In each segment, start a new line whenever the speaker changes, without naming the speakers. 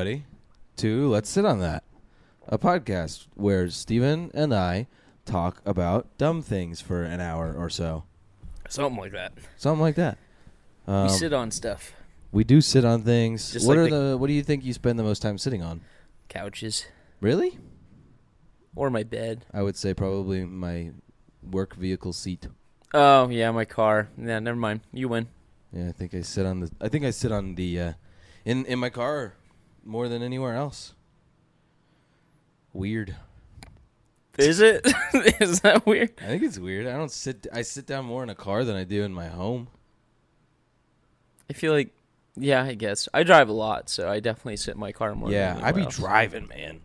Oh.
to Let's Sit on That, a podcast where Steven and I talk about dumb things for an hour or so,
Something like that.
something like that. Um,
we sit on stuff.
we do sit on things.
Just
What
like
are
the-
the, What do you think you spend the most time sitting on?
Couches.
Really?
Or my bed.
I would say probably my work vehicle seat.
Oh, yeah, my car. Yeah, never mind. You win.
Yeah, I think I sit on the. I think I sit on the, uh, in in my car, more than anywhere else. Weird.
Is it? Is that weird?
I think it's weird. I don't sit. I sit down more in a car than I do in my home.
I feel like, yeah, I guess. I drive a lot, so I definitely sit in my car more. than
yeah, I be
anywhere else.
driving, man.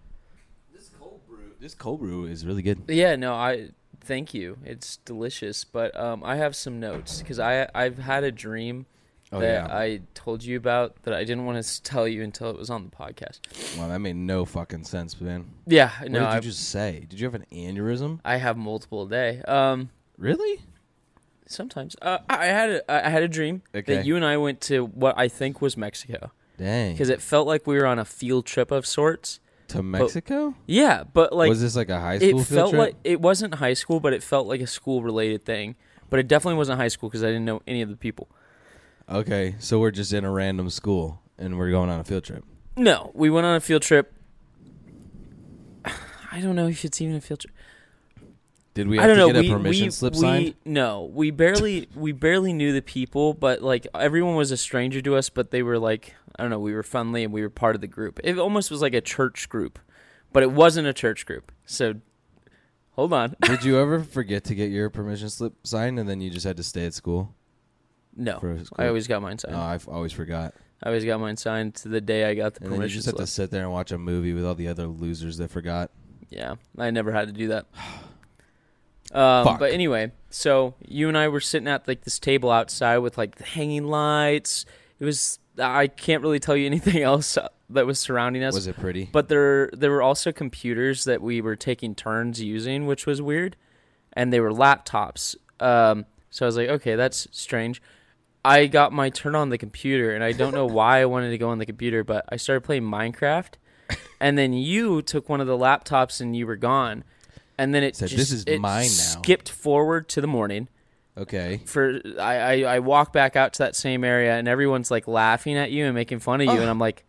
This cold brew. This cold brew is really good.
Yeah, no, I thank you. It's delicious, but um, I have some notes because I I've had a dream
Oh
that
yeah.
I told you about that I didn't want to tell you until it was on the podcast.
Well, that made no fucking sense, man.
Yeah,
what
no,
did you
I,
just say? Did you have an aneurysm?
I have multiple a day. Um,
Really?
sometimes uh, I I had a, I had a dream
Okay.
that you and I went to what I think was Mexico
Dang.
because it felt like we were on a field trip of sorts.
To Mexico?
Yeah, but like
was this like a high school
it
field
felt
trip?
like it wasn't high school, but it felt like a school related thing. But it definitely wasn't high school because I didn't know any of the people.
okay, so we're just in a random school and we're going on a field trip.
No, we went on a field trip. I don't know if it's even a field trip.
Did we have
I don't
to
know.
get
we,
a permission
we,
slip
we,
signed?
No, we barely we barely knew the people, but like everyone was a stranger to us. But they were like I don't know. We were friendly and we were part of the group. It almost was like a church group, but it wasn't a church group. So hold on.
Did you ever forget to get your permission slip signed and then you just had to stay at school?
No,
For Uh, a school?
I always got mine signed.
No, I've always forgot.
I always got mine signed to the day I got the
And then you
permission
just have
slip.
to sit there and watch a movie with all the other losers that forgot.
Yeah, I never had to do that. Um,
Fuck.
but anyway, so you and I were sitting at like this table outside with like the hanging lights. It was I can't really tell you anything else uh, that was surrounding us.
Was it pretty?
But there there were also computers that we were taking turns using, which was weird, and they were laptops. Um, so I was like, okay, that's strange. I got my turn on the computer, and I don't know why I wanted to go on the computer, but I started playing Minecraft, and then you took one of the laptops and you were gone, and then it
Said,
just,
"This is
it
mine now."
Skipped forward to the morning,
okay.
for I, I I walk back out to that same area and everyone's like laughing at you and making fun of you and I'm like,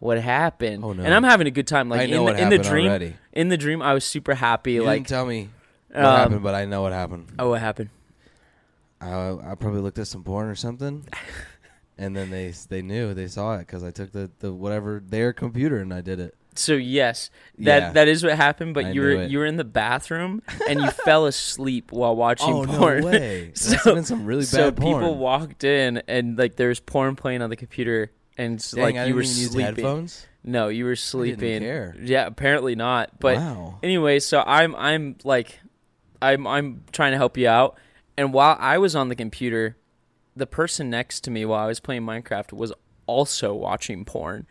what happened?
Oh, no.
And I'm having a good time. Like
I know
in,
what
the, in the
happened
dream,
already.
in the dream, I was super happy.
You
like,
didn't tell me what
um,
happened, but I know what happened.
oh, what happened?
I, I probably looked at some porn or something, and then they they knew they saw it because I took the, the whatever their computer and I did it.
So yes, that
Yeah.
that is what happened. But
I
you
knew
were
it.
you were in the bathroom and you fell asleep while watching
oh
porn.
no way!
So-
That's been some really
so
bad porn.
people walked in and like there was porn playing on the computer and s-
Dang,
like
I
you
didn't
were
even use
sleeping.
headphones.
No, you were sleeping.
care.
Yeah, apparently not. But
wow.
anyway, so I'm I'm like I'm I'm trying to help you out. And while I was on the computer, the person next to me while I was playing Minecraft was also watching porn.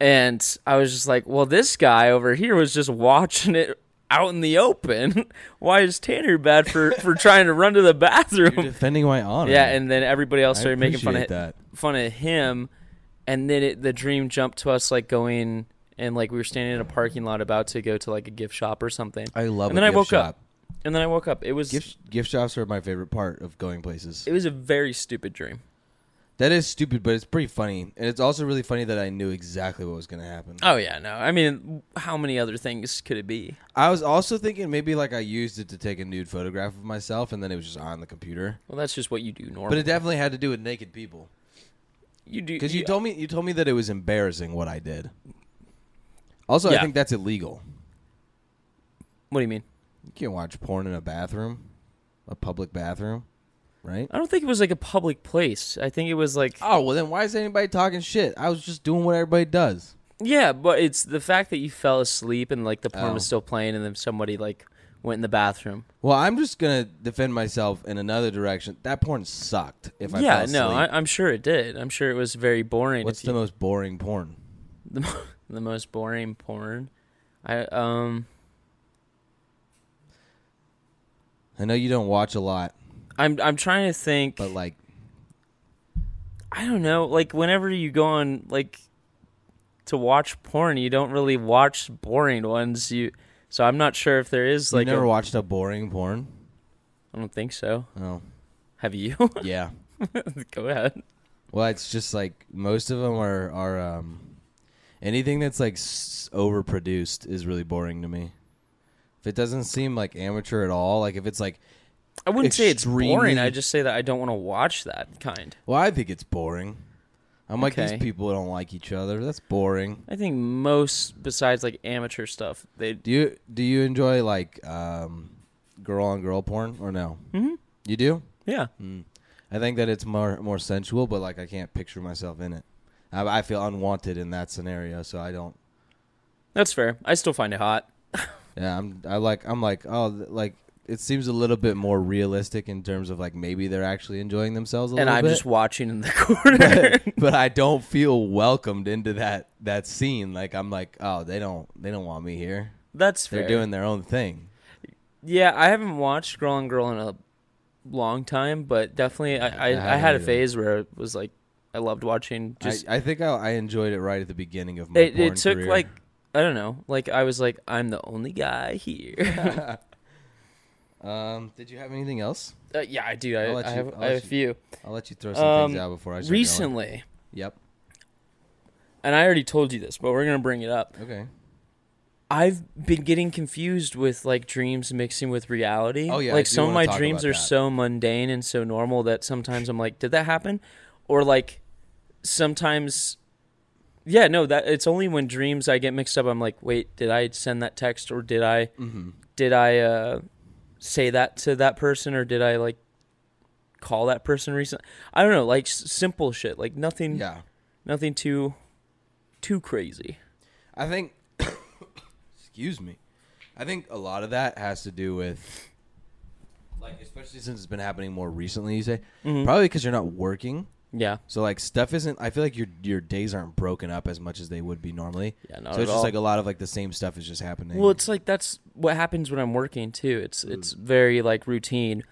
And I was just like, well, this guy over here was just watching it out in the open. Why is Tanner bad for, for trying to run to the
You're
bathroom?
defending my honor.
Yeah, and then everybody else
I
started making fun of
appreciate that.
fun of him, and then it, the dream jumped to us like going and like we were standing in a parking lot about to go to like a gift shop or something.
I love.
And
a
then I
gift
woke
shop.
up. And then I woke up. It was
Gift gift shops are my favorite part of going places.
it was a very stupid dream.
that is stupid, but it's pretty funny, and it's also really funny that I knew exactly what was going to happen.
Oh yeah, no. I mean, how many other things could it be?
I was also thinking maybe like I used it to take a nude photograph of myself, and then it was just on the computer.
Well, that's just what you do normally.
But it definitely had to do with naked people.
you do
Because you told me you told me that it was embarrassing what I did. Also, I
Yeah.
think that's illegal.
What do you mean?
You can't watch porn in a bathroom, a public bathroom, right?
I don't think it was like a public place. I think it was like
Oh well, then why is anybody talking shit? I was just doing what everybody does.
yeah, but it's the fact that you fell asleep and like the porn was
Oh.
still playing, and then somebody like went in the bathroom.
Well, I'm just gonna defend myself in another direction. That porn sucked. If I
yeah,
fell
no,
asleep.
I, I'm sure it did. I'm sure it was very boring.
What's
if you-
the most boring porn?
the, mo- the most boring porn? I um
I know you don't watch a lot,
I'm I'm trying to think.
but like
I don't know. Like whenever you go on like to watch porn. You don't really watch boring ones. You so I'm not sure if there is like
you never
a,
watched a boring porn?
I don't think so.
Oh,
Have you?
yeah.
Go ahead.
Well, it's just like most of them are are um, anything that's like s- overproduced is really boring to me. If it doesn't seem like amateur at all, like if it's like,
I wouldn't say it's boring.
Extremely-
I just say that I don't want to watch that kind.
well, I think it's boring. I'm like these
Okay.
people don't like each other. That's boring.
I think most besides like amateur stuff, they
Do you do you enjoy like um, girl on girl porn or no? Mm-hmm. You do.
yeah.
I think that it's more more sensual, but like I can't picture myself in it. I, I feel unwanted in that scenario, so I don't.
That's fair. I still find it hot.
Yeah, I'm. I like. I'm like. Oh, th- like it seems a little bit more realistic in terms of like maybe they're actually enjoying themselves a
And
little
I'm
bit.
just watching in the corner.
but I don't feel welcomed into that that scene. Like I'm like, oh, they don't they don't want me here.
That's fair.
They're doing their own thing.
Yeah, I haven't watched Girl on Girl in a long time, but definitely I,
I
I, I
haven't
had a
either.
phase where it was like I loved watching just
I, I think I, I enjoyed it right at the beginning of my
it,
porn
it took
career.
like I don't know, like I was like I'm the only guy here.
Um, did you have anything else?
Uh, yeah, I do. I,
I'll let
I
you-
have
I'll
I have
let
a few.
I'll let you throw some
Um,
things out before I start going.
Recently,
Yep.
and I already told you this, but we're gonna bring it up.
Okay.
I've been getting confused with like dreams mixing with reality.
Oh, yeah, I
like
do
some of
wanna
my
talk
dreams
about
are
that.
so mundane and so normal that sometimes I'm like, did that happen? Or like sometimes, yeah, no, that it's only when dreams I get mixed up. I'm like, wait, did I send that text or did I
Mm-hmm.
did I uh, say that to that person or did I like call that person recently? I don't know, like s- simple shit, like nothing,
Yeah.
nothing too too crazy.
I think, excuse me, I think a lot of that has to do with, like, especially since it's been happening more recently. You say
Mm-hmm.
probably because you're not working,
Yeah,
so like stuff isn't. I feel like your your days aren't broken up as much as they would be normally.
Yeah, not
so
at
it's just
all.
like a lot of like the same stuff is just happening.
Well, it's like that's what happens when I'm working too. It's
Mm.
it's very like routine.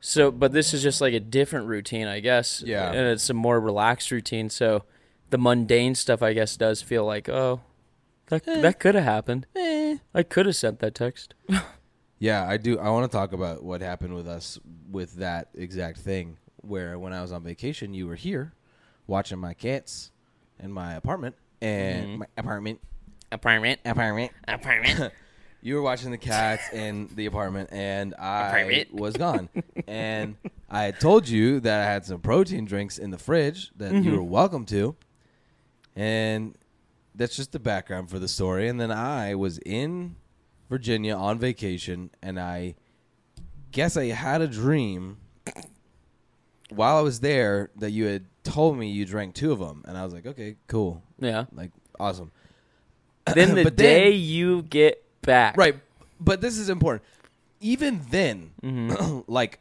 So, but this is just like a different routine, I guess.
Yeah.
And it's a more relaxed routine. So, the mundane stuff, I guess, does feel like oh, that
Eh.
that could have happened. I could have sent that text.
Yeah, I do. I want to talk about what happened with us with that exact thing. Where when I was on vacation, you were here watching my cats in my apartment and my apartment
Apartment.
apartment.
Apartment.
You were watching the cats in the apartment, and I
Apartment.
was gone. and I had told you that I had some protein drinks in the fridge that you were welcome to. And that's just the background for the story. And then I was in Virginia on vacation, and I guess I had a dream while I was there that you had told me you drank two of them. And I was like, okay, cool.
yeah.
Like, awesome.
Then the
But then-
day you get back.
Right. But this is important. Even then,
Mm-hmm.
like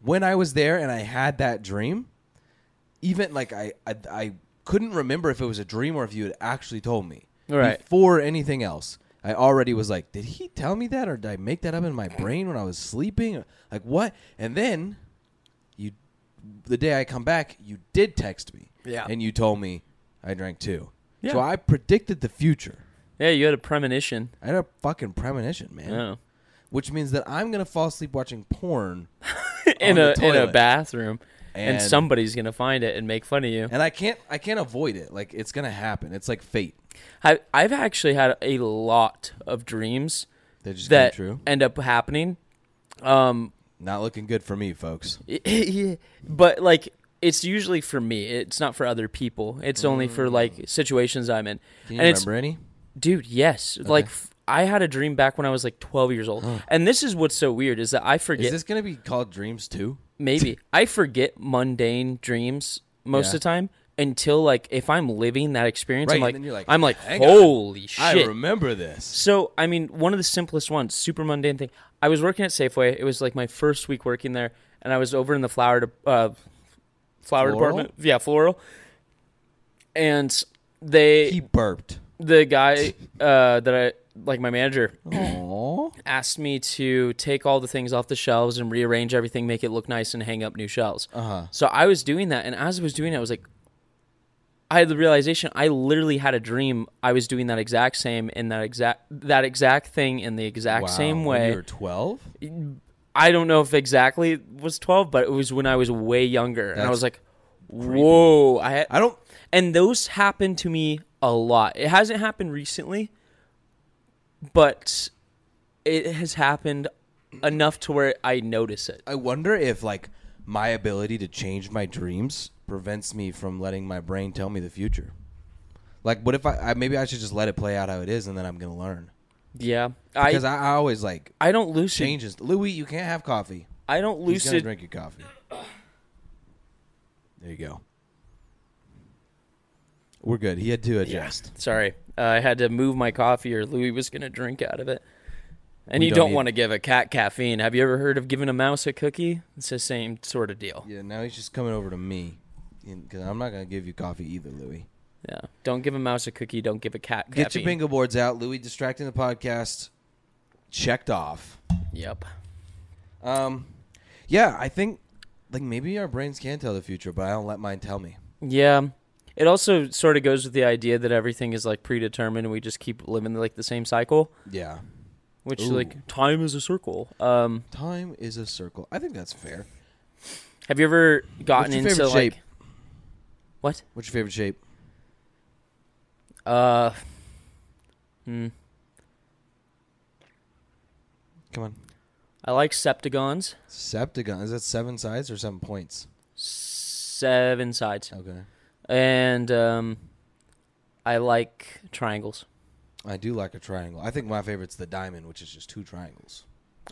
when I was there and I had that dream, even like I, I I couldn't remember if it was a dream or if you had actually told me.
Right.
Before anything else, I already was like, did he tell me that or did I make that up in my brain when I was sleeping? Like what? And then you the day I come back, you did text me.
Yeah.
And you told me I drank two.
Yeah.
So I predicted the future.
Yeah, you had a premonition. Oh.
I had a fucking premonition, man
Yeah.
which means that I'm gonna fall asleep watching porn,
in
On the
a in a
toilet.
bathroom, and,
And-
somebody's gonna find it and make fun of you.
and I can't I can't avoid it. Like it's gonna happen. It's like fate.
I, I've actually had a lot of dreams
That just
that
came true.
end up happening. Um,
Not looking good for me, folks.
yeah, but like it's usually for me. It's not for other people. It's only for like situations I'm in.
Can Mm. you
and it's
remember any?
dude, yes. Like f- I had a dream back when I was like 12 years old. and this is what's so weird is that I
Is
forget
this gonna be called Dreams Two?
maybe I forget mundane dreams most
Yeah.
of the time until like if I'm living that experience I'm like,
Right, and then you're like,
I'm like
"Hang on,
holy shit.
I remember this.
So, I mean, one of the simplest ones, super mundane thing. I was working at Safeway. It was like my first week working there, and I was over in the flower de- uh, flower
Floral?
department. Yeah, floral. And they,
He burped.
the guy uh, that I like, my manager
Aww.
asked me to take all the things off the shelves and rearrange everything, make it look nice, and hang up new shelves.
Uh huh.
So I was doing that, and as I was doing it, I was like, I had the realization I literally had a dream. I was doing that exact same in that exact that exact thing in the exact same
Wow, when
way.
You were twelve.
I don't know if exactly it was 12, but it was when I was way younger. and I
That's
was like, whoa. I, had,
I don't.
And those happen to me a lot. It hasn't happened recently, but it has happened enough to where I notice it.
I wonder if like my ability to change my dreams prevents me from letting my brain tell me the future. Like, what if I, I maybe I should just let it play out how it is, and then I'm gonna learn.
Yeah.
Because
I,
I, I always like
I don't lucid.
changes. Louis, you can't have coffee.
I don't
He's gonna
lucid.
drink your coffee. There you go. We're good. He had to adjust.
Sorry. Uh, I had to move my coffee or Louis was going to drink out of it. And
We
you
don't
don't
need-
want to give a cat caffeine. Have you ever heard of giving a mouse a cookie? It's the same sort of deal.
Yeah. now he's just coming over to me, because I'm not gonna give you coffee either, Louis.
Yeah. Don't give a mouse a cookie. Don't give a cat caffeine.
Get your bingo boards out, Louis. Distracting the podcast. Checked off.
Yep.
Um, yeah, I think like maybe our brains can tell the future, but I don't let mine tell me.
Yeah. It also sort of goes with the idea that everything is like predetermined and we just keep living like the same cycle,
Yeah,
which
Ooh.
like time is a circle. Um,
time is a circle. I think that's fair.
have you ever gotten
your
into
favorite
like
shape?
what?
What's your favorite shape?
Uh, hmm.
Come on,
I like septagons,
Septagon. Is that seven sides or seven points?
seven sides,
Okay,
and um, I like triangles.
I do like a triangle. I think my favorite's the diamond, which is just two triangles.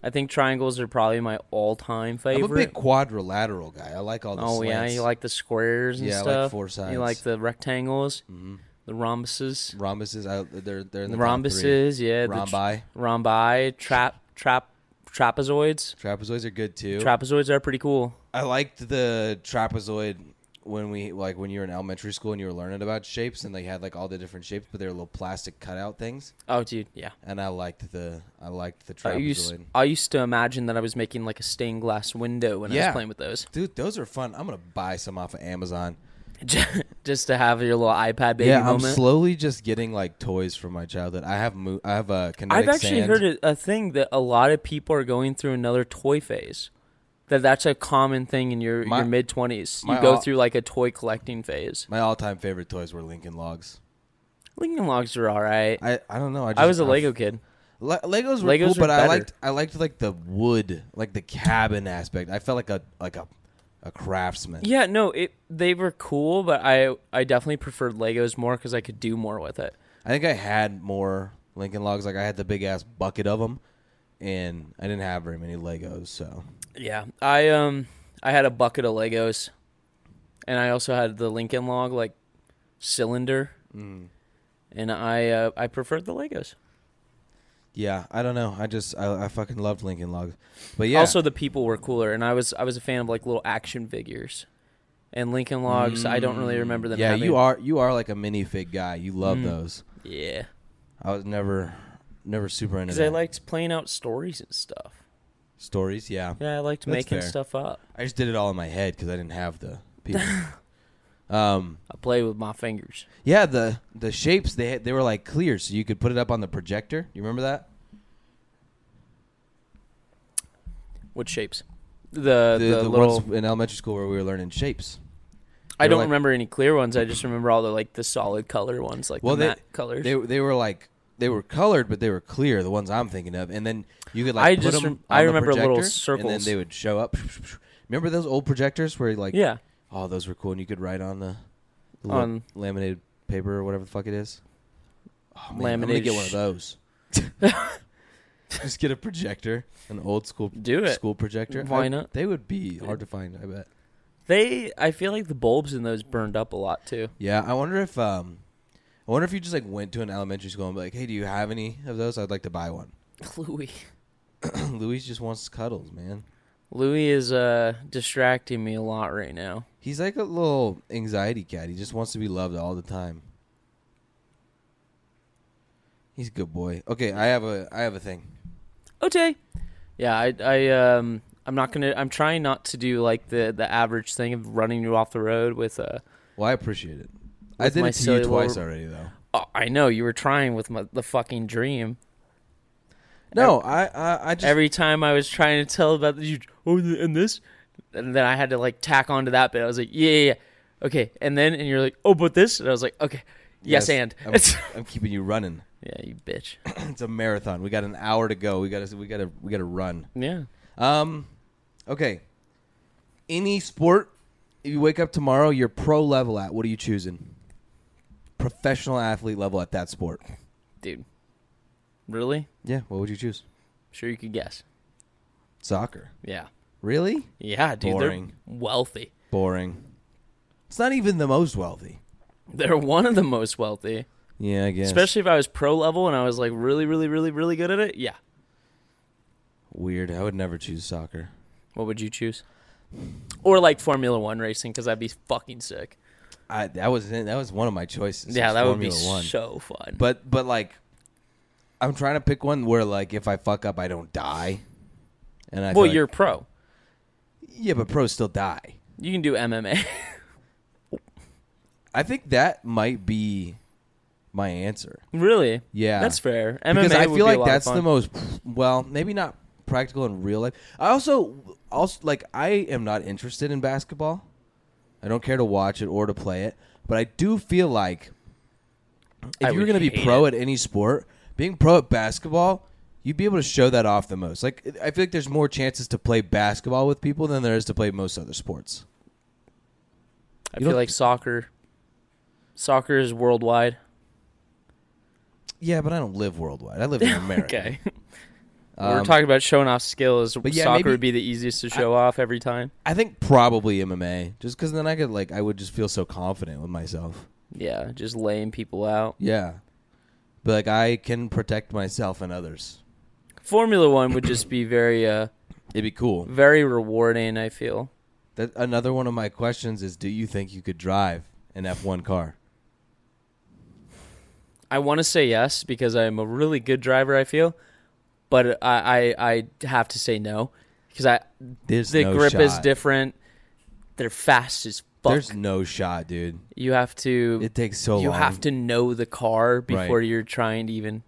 I think triangles are probably my all-time favorite.
I'm a big quadrilateral guy. I like all the.
oh yeah, you like the squares and
Yeah, I like
stuff.
four
You like
sides.
the rectangles,
hmm
the rhombuses.
rhombuses. I, they're they're in the top three.
rhombuses, yeah, the tr-
Rhombi.
rhombi, trap, trap, trapezoids.
Trapezoids are good too.
Trapezoids are pretty cool.
I liked the trapezoid when we like when you were in elementary school and you were learning about shapes and they had like all the different shapes, but they were little plastic cutout things.
Oh, dude, yeah.
And I liked the I liked the
I used,
trapezoid.
I used to imagine that I was making like a stained glass window when I
Yeah.
was playing with those,
Dude, those are fun. I'm gonna buy some off of Amazon.
just to have your little iPad baby
yeah, I'm
moment.
slowly just getting like toys from my childhood. I have mo- I have a uh, kinetic
I've actually
sand.
heard a, a thing that a lot of people are going through another toy phase. That that's a common thing in your
My-
your mid twenties. You
my
go
au-
through like a toy collecting phase.
my all-time favorite toys were Lincoln Logs.
Lincoln Logs are all right.
I, I don't know. I, just,
I, was a
I-
Lego kid.
Le- Legos were
Legos
cool,
were
but I
better.
liked I liked like the wood, like the cabin aspect. I felt like a like a a craftsman.
Yeah, no, it they were cool, but I I definitely preferred Legos more because I could do more with it.
I think I had more Lincoln Logs. Like I had the big ass bucket of them, and I didn't have very many Legos. So
Yeah, I um I had a bucket of Legos, and I also had the Lincoln Log like cylinder,
Mm.
and I uh, I preferred the Legos.
yeah, I don't know. I just I, I fucking loved Lincoln Logs. But yeah,
Also, the people were cooler, and I was I was a fan of like little action figures, and Lincoln Logs. I don't really remember them.
Mm. yeah,
having- Mm.
you are you are like a minifig guy. You love those.
Yeah,
I was never never super into
because I
that.
liked playing out stories and stuff.
stories. Yeah.
Yeah, I liked
That's
making
fair.
stuff up.
I just did it all in my head because I didn't have the people. um.
I played with my fingers.
Yeah, the the shapes they had, they were like clear, so you could put it up on the projector. You remember that?
What shapes? Uh, The the,
the, the
little.
ones in elementary school where we were learning shapes.
I
they were
don't
like-
remember any clear ones. I just remember all the like the solid color ones, like
Well,
the
they-
matte colors.
They they were like they were colored, but they were clear. The ones I'm thinking of, and then you could like
I
put
just
'em
rem-
on
I
the
remember little
projector, and
circles.
then they would show up. Remember those old projectors where like
yeah,
oh those were cool, and you could write on the, the little
On-
laminated paper or whatever the fuck it is. Oh, man,
Laminated
I'm gonna get one of
sh-
those. just get a projector, an old school
Do it.
school projector.
Why
I-
not?
They would be hard to find. I bet.
they. I feel like the bulbs in those burned up a lot too.
Yeah, I wonder if um, I wonder if you just like went to an elementary school and be like, hey, do you have any of those? I'd like to buy one.
Louis,
Louis just wants cuddles, man.
Louis is uh distracting me a lot right now.
He's like a little anxiety cat. He just wants to be loved all the time. He's a good boy. Okay, I have a I have a thing.
Okay. Yeah, I I um I'm not gonna. I'm trying not to do like the the average thing of running you off the road with uh
Well, I appreciate it. I did
my
it to you
cellular-
twice already, though.
Oh, I know you were trying with my, the fucking dream.
No, I, I, I just
Every time I was trying to tell about you, oh, th- and this, and then I had to like tack onto that bit. I was like, yeah, yeah, yeah. okay, and then and you're like, oh, but this, and I was like, okay, yes, and
I'm, I'm keeping you running.
yeah, you bitch,
It's a marathon. We got an hour to go. We got to, we got to, we got to run.
yeah.
Um, okay. Any sport, if you wake up tomorrow, you're pro level at. What are you choosing? Professional athlete level at that sport.
dude. Really?
Yeah. What would you choose?
Sure, you could guess.
Soccer.
Yeah,
Really?
yeah, dude.
Boring.
They're wealthy.
Boring. It's not even the most wealthy.
They're one of the most wealthy.
Yeah, I guess.
Especially if I was pro level and I was like really, really, really, really good at it. Yeah.
Weird. I would never choose soccer.
What would you choose? Or like Formula One racing because that'd be fucking sick.
I that was that was one of my choices.
yeah,
was
that would be
Formula One.
so fun.
But but like, I'm trying to pick one where like if I fuck up, I don't die. And I
well,
feel like-
you're pro.
yeah, but pros still die.
You can do MMA.
I think that might be my answer.
really?
Yeah,
That's fair. MMA
because I
would
feel
be a
like
lot of
that's the
fun.
most well, maybe not practical in real life. I also also like I am not interested in basketball. I don't care to watch it or to play it, but I do feel like if
I
you're
would
going to be
hate
pro
it.
at any sport, being pro at basketball, you'd be able to show that off the most. Like I feel like there's more chances to play basketball with people than there is to play most other sports.
I
you
feel
don't-
like soccer. Soccer is worldwide.
Yeah, but I don't live worldwide. I live in America.
Okay. We're
Um,
talking about showing off skills.
yeah,
soccer
maybe-
would be the easiest to show off every time.
I think probably MMA, just because then I could like I would just feel so confident with myself.
Yeah, just laying people out.
Yeah, but like I can protect myself and others.
Formula One would just be very, uh,
It'd be cool.
very rewarding. I feel.
That another one of my questions is: Do you think you could drive an F1 car?
I want to say yes because I'm a really good driver. I feel, but I I, I have to say no because I
There's
the
no
grip is
shot.
different. They're fast as fuck.
There's no shot, dude.
you have to
It takes so
you
long.
have to know the car before
Right.
you're trying to even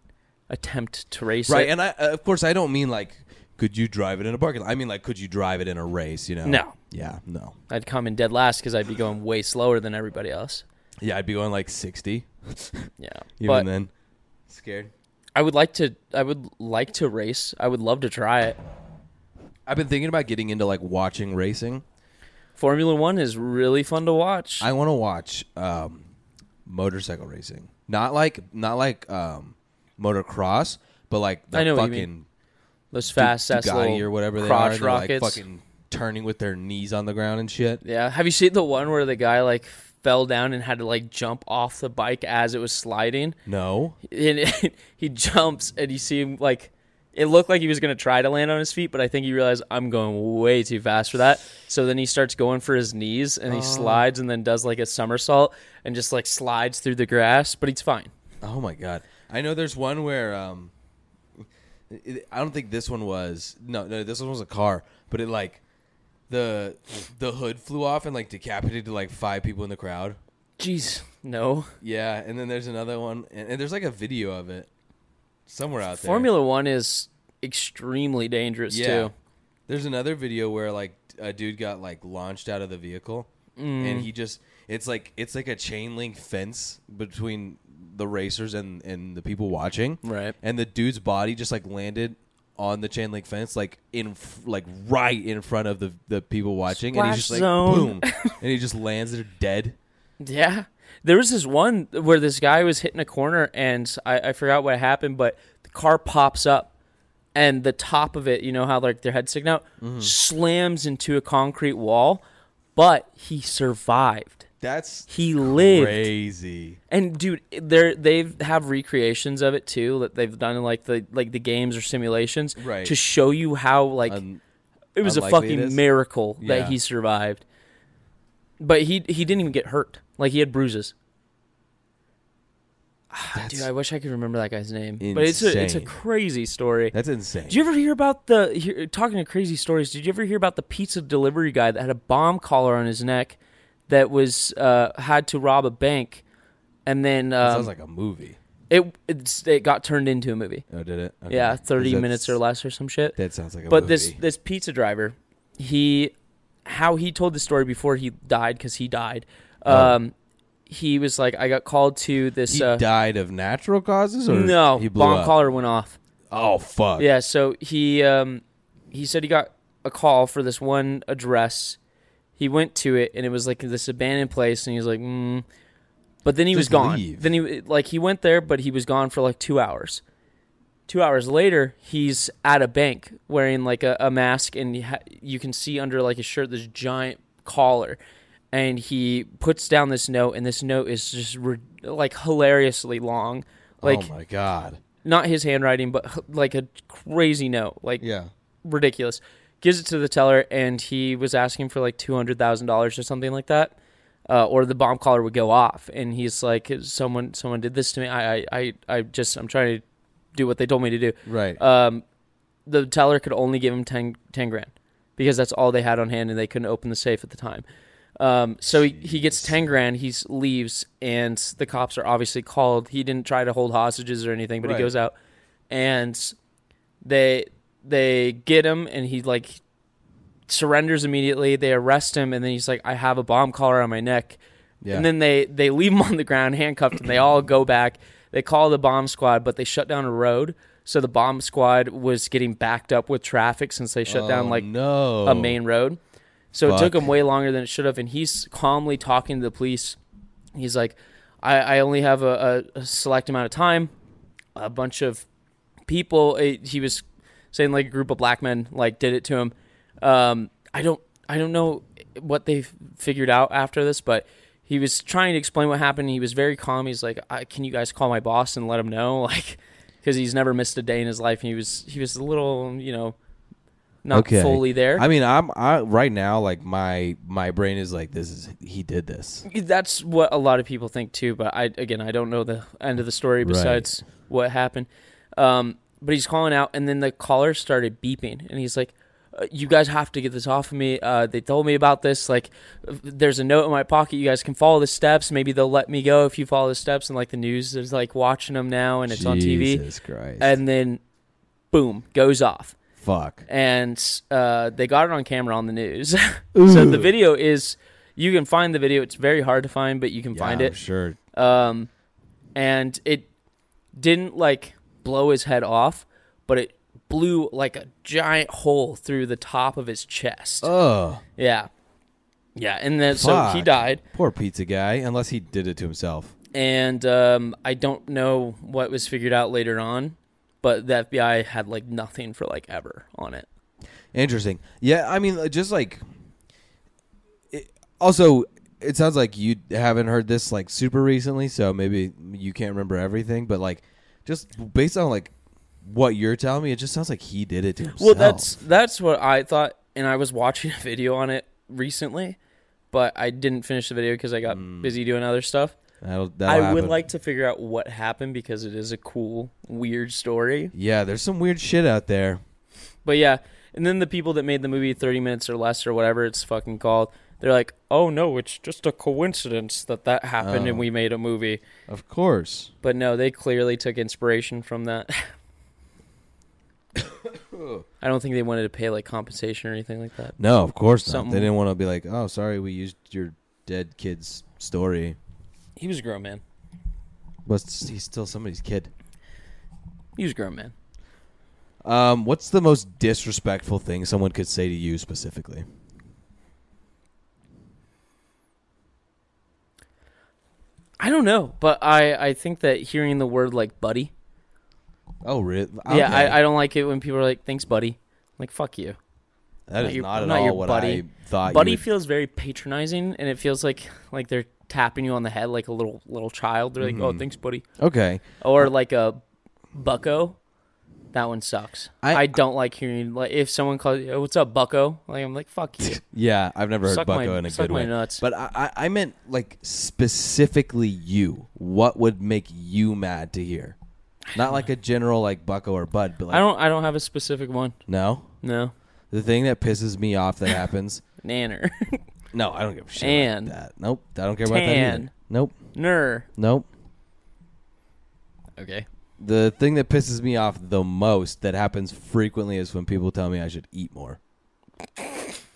attempt to race
right?
it.
and I, uh, of course, I don't mean like could you drive it in a parking lot. I mean like could you drive it in a race? You know?
No.
Yeah, no.
I'd come in dead last because I'd be going way slower than everybody else.
Yeah, I'd be going like 60
Yeah,
even
but
then. Scared.
I would like to. I would like to race. I would love to try it.
I've been thinking about getting into like watching racing.
Formula One is really fun to watch.
I want to watch um, motorcycle racing, not like not like um, motocross, but like the
I know what you
fucking
Those fast ass
Bugatti
little
or whatever they are.
crotch
and They're like
rockets.
fucking turning with their knees on the ground and shit.
Yeah. Have you seen the one where the guy like fell down and had to like jump off the bike as it was sliding?
No,
And he jumps and you see him like it looked like he was gonna try to land on his feet, but I think he realized I'm going way too fast for that. So then he starts going for his knees and he slides and then does like a somersault and just like slides through the grass, but he's fine.
Oh my god! I know there's one where um, it- I don't think this one was no no this one was a car, but it like the the hood flew off and like decapitated like five people in the crowd.
Jeez, no.
Yeah, and then there's another one, and, and there's like a video of it somewhere out there.
Formula One is extremely dangerous too.
There's another video where like a dude got like launched out of the vehicle, and
Mm.
he just it's like it's like a chain link fence between the racers and and the people watching.
Right.
And the dude's body just like landed on the chain link fence, like in f- like right in front of the the people watching, and he's
Splash
just like
zone.
boom, and he just lands there dead.
Yeah. There was this one where this guy was hitting a corner and I, I forgot what happened, but the car pops up and the top of it, you know how like their head sticking out,
Mm-hmm.
slams into a concrete wall, but he survived.
That's
He lived.
crazy.
And dude, they're they have recreations of it too that they've done in like the like the games or simulations
Right.
to show you how like
Un-
it was a
unlikely it
fucking
is.
miracle
Yeah.
that he survived. But he he didn't even get hurt. Like he had bruises. Ah, Dude, I wish I could remember that guy's name. But it's a it's a
insane.
crazy story.
That's insane.
Did you ever hear about the hear, talking to crazy stories? Did you ever hear about the pizza delivery guy that had a bomb collar on his neck that was uh, had to rob a bank and then
That
um,
sounds like a movie.
it it's, it got turned into a movie.
Oh, did it? Okay.
Yeah,
'Cause
thirty
that's-
minutes or less or some shit.
That sounds like a
but
movie.
this this pizza driver, he, how he told the story before he died because he died.
Oh.
Um, he was like, I got called to this.
he
uh,
died of natural causes, or
no,
he blew
bomb
up?
collar went off.
Oh fuck!
Yeah, so he um he said he got a call for this one address. He went to it and it was like this abandoned place and he was like, mm. but then he was
Just
gone.
leave.
Then he like he went there but he was gone for like 2 hours. 2 hours later, he's at a bank wearing like a, a mask and he ha- you can see under like his shirt this giant collar and he puts down this note and this note is just re- like hilariously long. Like
oh my god.
not his handwriting, but h- like a crazy note, like
Yeah.
ridiculous. Gives it to the teller, and he was asking for like two hundred thousand dollars or something like that, uh, or the bomb collar would go off. And he's like, "Someone, someone did this to me. I, I, I, I just, I'm trying to do what they told me to do."
Right.
Um, the teller could only give him 10, 10 grand because that's all they had on hand, and they couldn't open the safe at the time. Um, so he, he gets
Jeez.
ten grand. He leaves, and the cops are obviously called. He didn't try to hold hostages or anything, but
Right.
he goes out, and they they get him, and he like surrenders immediately. They arrest him, and then he's like, "I have a bomb collar on my neck."
yeah.
And then they they leave him on the ground, handcuffed, and they all go back. They call the bomb squad, but they shut down a road, so the bomb squad was getting backed up with traffic since they shut
Oh,
down like
no.
a main road. So it took
Fuck.
him way longer than it should have. And he's calmly talking to the police. He's like, I, I only have a, a, a select amount of time. A bunch of people, it, he was saying like a group of black men like did it to him. Um, I don't, I don't know what they figured out after this, but he was trying to explain what happened. He was very calm. He's like, I, can you guys call my boss and let him know? Like, cause he's never missed a day in his life. And he was, he was a little, you know, not
Okay.
fully there.
I mean, I'm I right now like my my brain is like this is he did this.
that's what a lot of people think too but i again i don't know the end of the story
Right.
besides what happened um, but he's calling out and then the caller started beeping and he's like "Uh, you guys have to get this off of me uh, they told me about this like there's a note in my pocket you guys can follow the steps maybe they'll let me go if you follow the steps and like the news is like watching them now and it's on tv
Jesus Christ.
and then boom goes off
fuck.
and uh, they got it on camera on the news. so the video is you can find the video. It's very hard to find, but you can
Yeah,
find
I'm
it.
Sure.
Um, and it didn't like blow his head off, but it blew like a giant hole through the top of his chest.
Oh,
yeah, yeah. And then so he
Fuck.
died,
poor pizza guy. Unless he did it to himself.
and um, I don't know what was figured out later on. But the FBI had like nothing for like ever on it.
Interesting. Yeah, I mean, uh, just like. It, also, it sounds like you haven't heard this like super recently, so maybe you can't remember everything. But like, just based on like what you're telling me, it just sounds like he did it to himself.
Well, that's that's what I thought, and I was watching a video on it recently, but I didn't finish the video because I got busy doing other stuff.
That'll, Hmm. that'll
I would
happen.
like to figure out what happened because it is a cool, weird story.
Yeah, there's some weird shit out there.
But yeah, and then the people that made the movie Thirty Minutes or Less or whatever it's fucking called, they're like, "Oh no, it's just a coincidence that that happened and
Oh.
we made a movie."
Of course.
But no, they clearly took inspiration from that. I don't think they wanted to pay like compensation or anything like that.
No, of course not.
Something-
They didn't want to be like, oh, sorry, we used your dead kid's story.
He was a grown man.
But s- he's still somebody's kid.
He was a grown man.
Um, what's the most disrespectful thing someone could say to you specifically?
I don't know, but I I think that hearing the word like buddy,
Oh, really?
yeah, I, I don't like it when people are like thanks buddy, like fuck you.
that
not
is
your-
not at
not your
all what I
buddy.
thought.
buddy
you would-
feels very patronizing, and it feels like like they're tapping you on the head like a little little child. They're like oh
Mhm.
thanks buddy,
okay,
or like a bucko. That one sucks.
I-
I, don't like hearing like if someone calls you, "Oh, what's up bucko, like I'm like fuck you,
yeah, I've never heard
suck
Bucko
my
in a
suck
good
my
way.
nuts.
But I, I, I meant like specifically you. What would make you mad to hear? Not like a general like Bucko or Bud, but like
I don't I don't have a specific one.
no.
No,
The thing that pisses me off that happens.
nanner,
No, I don't give a shit
Tan.
about that. Nope, I don't care about that
Tan.
either. Nope,
ner,
nope.
Okay.
The thing that pisses me off the most that happens frequently is when people tell me I should eat more.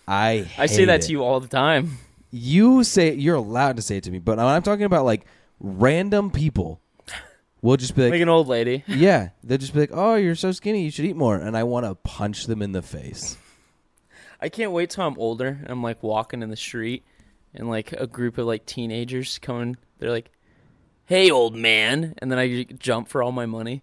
I
I say that
hate it.
to you all the time.
You say you're allowed to say it to me, but when I'm talking about like random people, will just be like,
Like an old lady.
yeah, they'll just be like, oh, you're so skinny, you should eat more, and I want to punch them in the face.
I can't wait till I'm older and I'm like walking in the street and like a group of like teenagers coming. They're like, hey, old man. And then I j- jump for all my money.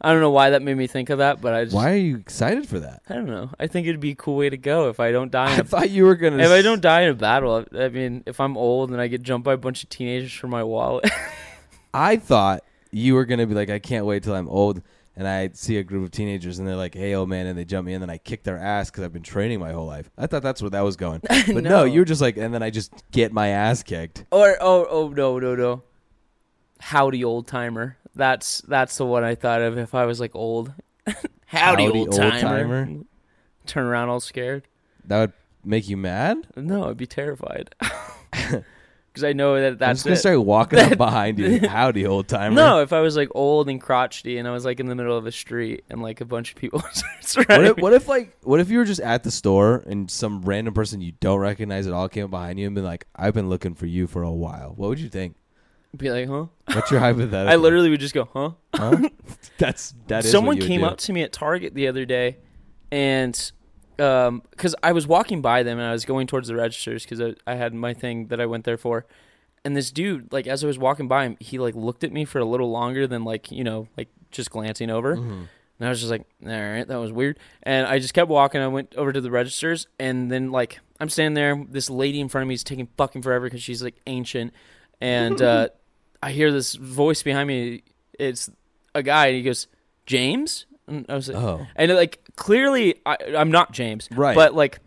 I don't know why that made me think of that, but I just.
Why are you excited for that?
I don't know. I think it'd be a cool way to go if I don't die.
I
In a,
thought you were gonna.
if I
s-
don't die in a battle, I I mean, if I'm old and I get jumped by a bunch of teenagers for my wallet,
I thought you were gonna be like, I can't wait till I'm old, and I see a group of teenagers, and they're like, "Hey, old man," and they jump me, and then I kick their ass because I've been training my whole life. I thought that's where that was going, but no.
No.
you were just like, and then I just get my ass kicked.
or oh oh no no no, howdy old timer. That's that's the one I thought of if I was like old. howdy,
Howdy,
old timer.
old-timer.
Turn around all scared.
That would make you mad.
No, I'd be terrified because I know that
I'm
that's
just gonna
it.
start walking up behind you. Howdy, old timer.
no, if I was like old and crotchety and I was like in the middle of a street and like a bunch of people
What
surrounding
if,
me.
what if like what if you were just at the store and some random person you don't recognize at all came up behind you and been like, "I've been looking for you for a while." What would you think?
be like, huh?
What's your hypothetical?
I literally would just go, huh?
Huh? That's that is. what
Someone
you would
came
do.
up to me at Target the other day, and um, because I was walking by them and I was going towards the registers because I, I had my thing that I went there for, and this dude, like as I was walking by him, he like looked at me for a little longer than like you know like just glancing
Mm-hmm.
over, and I was just like, all right, that was weird, and I just kept walking. I went over to the registers, and then like I'm standing there, this lady in front of me is taking fucking forever because she's like ancient, and uh, I hear this voice behind me. It's a guy, and he goes, James? And I was like,
Oh.
and like clearly, I, I'm not James,
Right.
But like,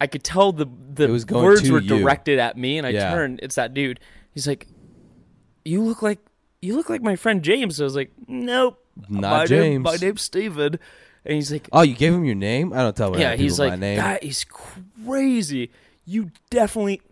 I could tell the the
It was going
words
to
were
you.
directed at me, and I
Yeah.
turned. It's that dude. He's like, "You look like you look like my friend James." I was like, "Nope,
Not
my Name,
James.
my name's Steven. And he's like,
Oh, you gave him your name? I don't tell
yeah,
yeah, people
he's
my
like,
name.
that is crazy. You definitely,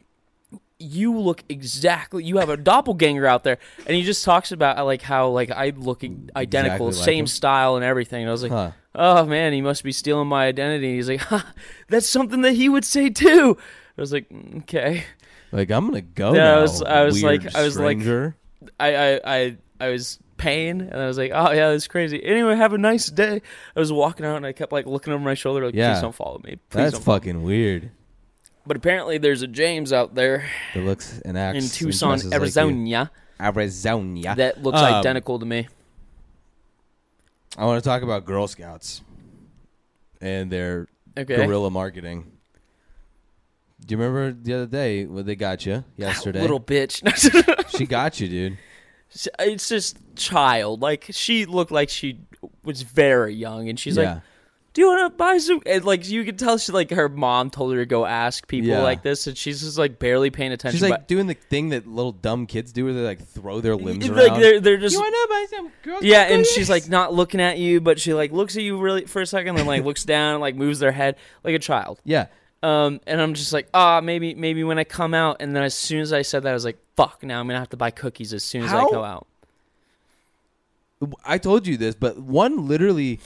you look exactly. You have a doppelganger out there, and he just talks about uh, like how like I look i- identical,
Exactly like
same
him.
style and everything. And I was like,
Huh.
oh man, he must be stealing my identity. And he's like, ha, that's something that he would say too. I was like, "Mm, okay.
Like I'm gonna go.
Yeah, I
now,
was- I was
weird
like- I was like-
stranger.
I I I, I was pain and I was like, oh yeah, that's crazy. Anyway, have a nice day. I was walking out and I kept like looking over my shoulder, like,
Yeah.
please don't follow me. Please
that's
don't follow me."
fucking weird.
But apparently, there's a James out there
That looks and acts
in
and
Tucson,
dresses like you.
Arizona,
Arizona.
that looks
Um,
identical to me.
I want to talk about Girl Scouts and their
Okay.
guerrilla marketing. Do you remember the other day when they got you yesterday?
Little bitch.
she got you, dude.
it's just child. Like she looked like she was very young, and she's
yeah.
like, "Do you want to buy some?" And like you could tell, she like her mom told her to go ask people
Yeah.
like this, and she's just like barely paying attention.
She's like
but-
doing the thing that little dumb kids do, where they like throw their limbs
like
around.
they're they're just
to buy some girls?
Yeah, and she's like not looking at you, but she like looks at you really for a second, then like looks down, and, like moves their head like a child.
yeah.
Um, and I'm just like, ah, maybe maybe when I come out, and then as soon as I said that, I was like, fuck, now I'm gonna have to buy cookies as soon as I
How?
go out.
I told you this, but one literally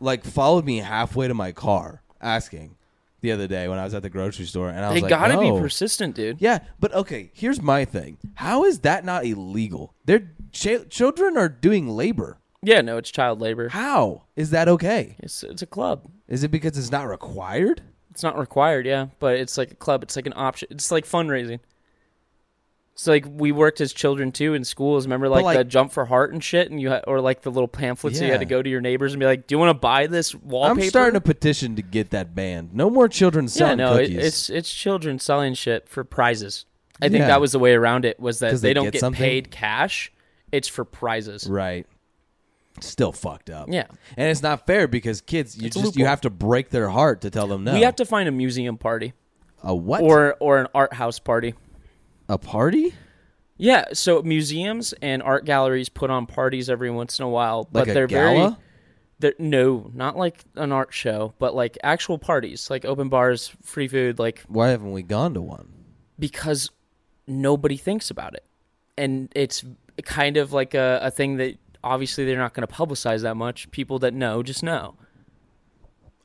like followed me halfway to my car asking the other day when I was at the grocery store, and I was
They
like,
gotta
"Oh."
be persistent, dude.
Yeah, but okay. Here's my thing: How is that not illegal? Their ch- children are doing labor.
Yeah, no, it's child labor.
How is that okay?
It's it's a club.
Is it because it's not required?
It's not required, yeah, but it's like a club. It's like an option. It's like fundraising. It's like we worked as children too in schools. Remember, like,
like-
the jump for heart and shit, and you had, or like the little pamphlets that you had to
Yeah.
go to your neighbors and be like, "Do you want to buy this wallpaper?"
I'm starting a petition to get that banned. No more children
yeah,
selling
no, it,
cookies.
it's it's children selling shit for prizes. I think
Yeah.
that was the way around it was that
'Cause
they,
they
don't
get
get,
something?
paid cash. It's for prizes.
right. Still fucked up.
Yeah.
and it's not fair because kids, you
a
just you
loophole.
have to break their heart to tell them no.
We have to find a museum party
a Oh. what
or or an art house party.
a party
Yeah, so museums and art galleries put on parties every once in a while,
like
but
a
they're
gala.
very they're, no, not like an art show, but like actual parties, like open bars, free food, like
Why haven't we gone to one?
because nobody thinks about it. And it's kind of like a, a thing that obviously they're not going to publicize that much. People that know just know.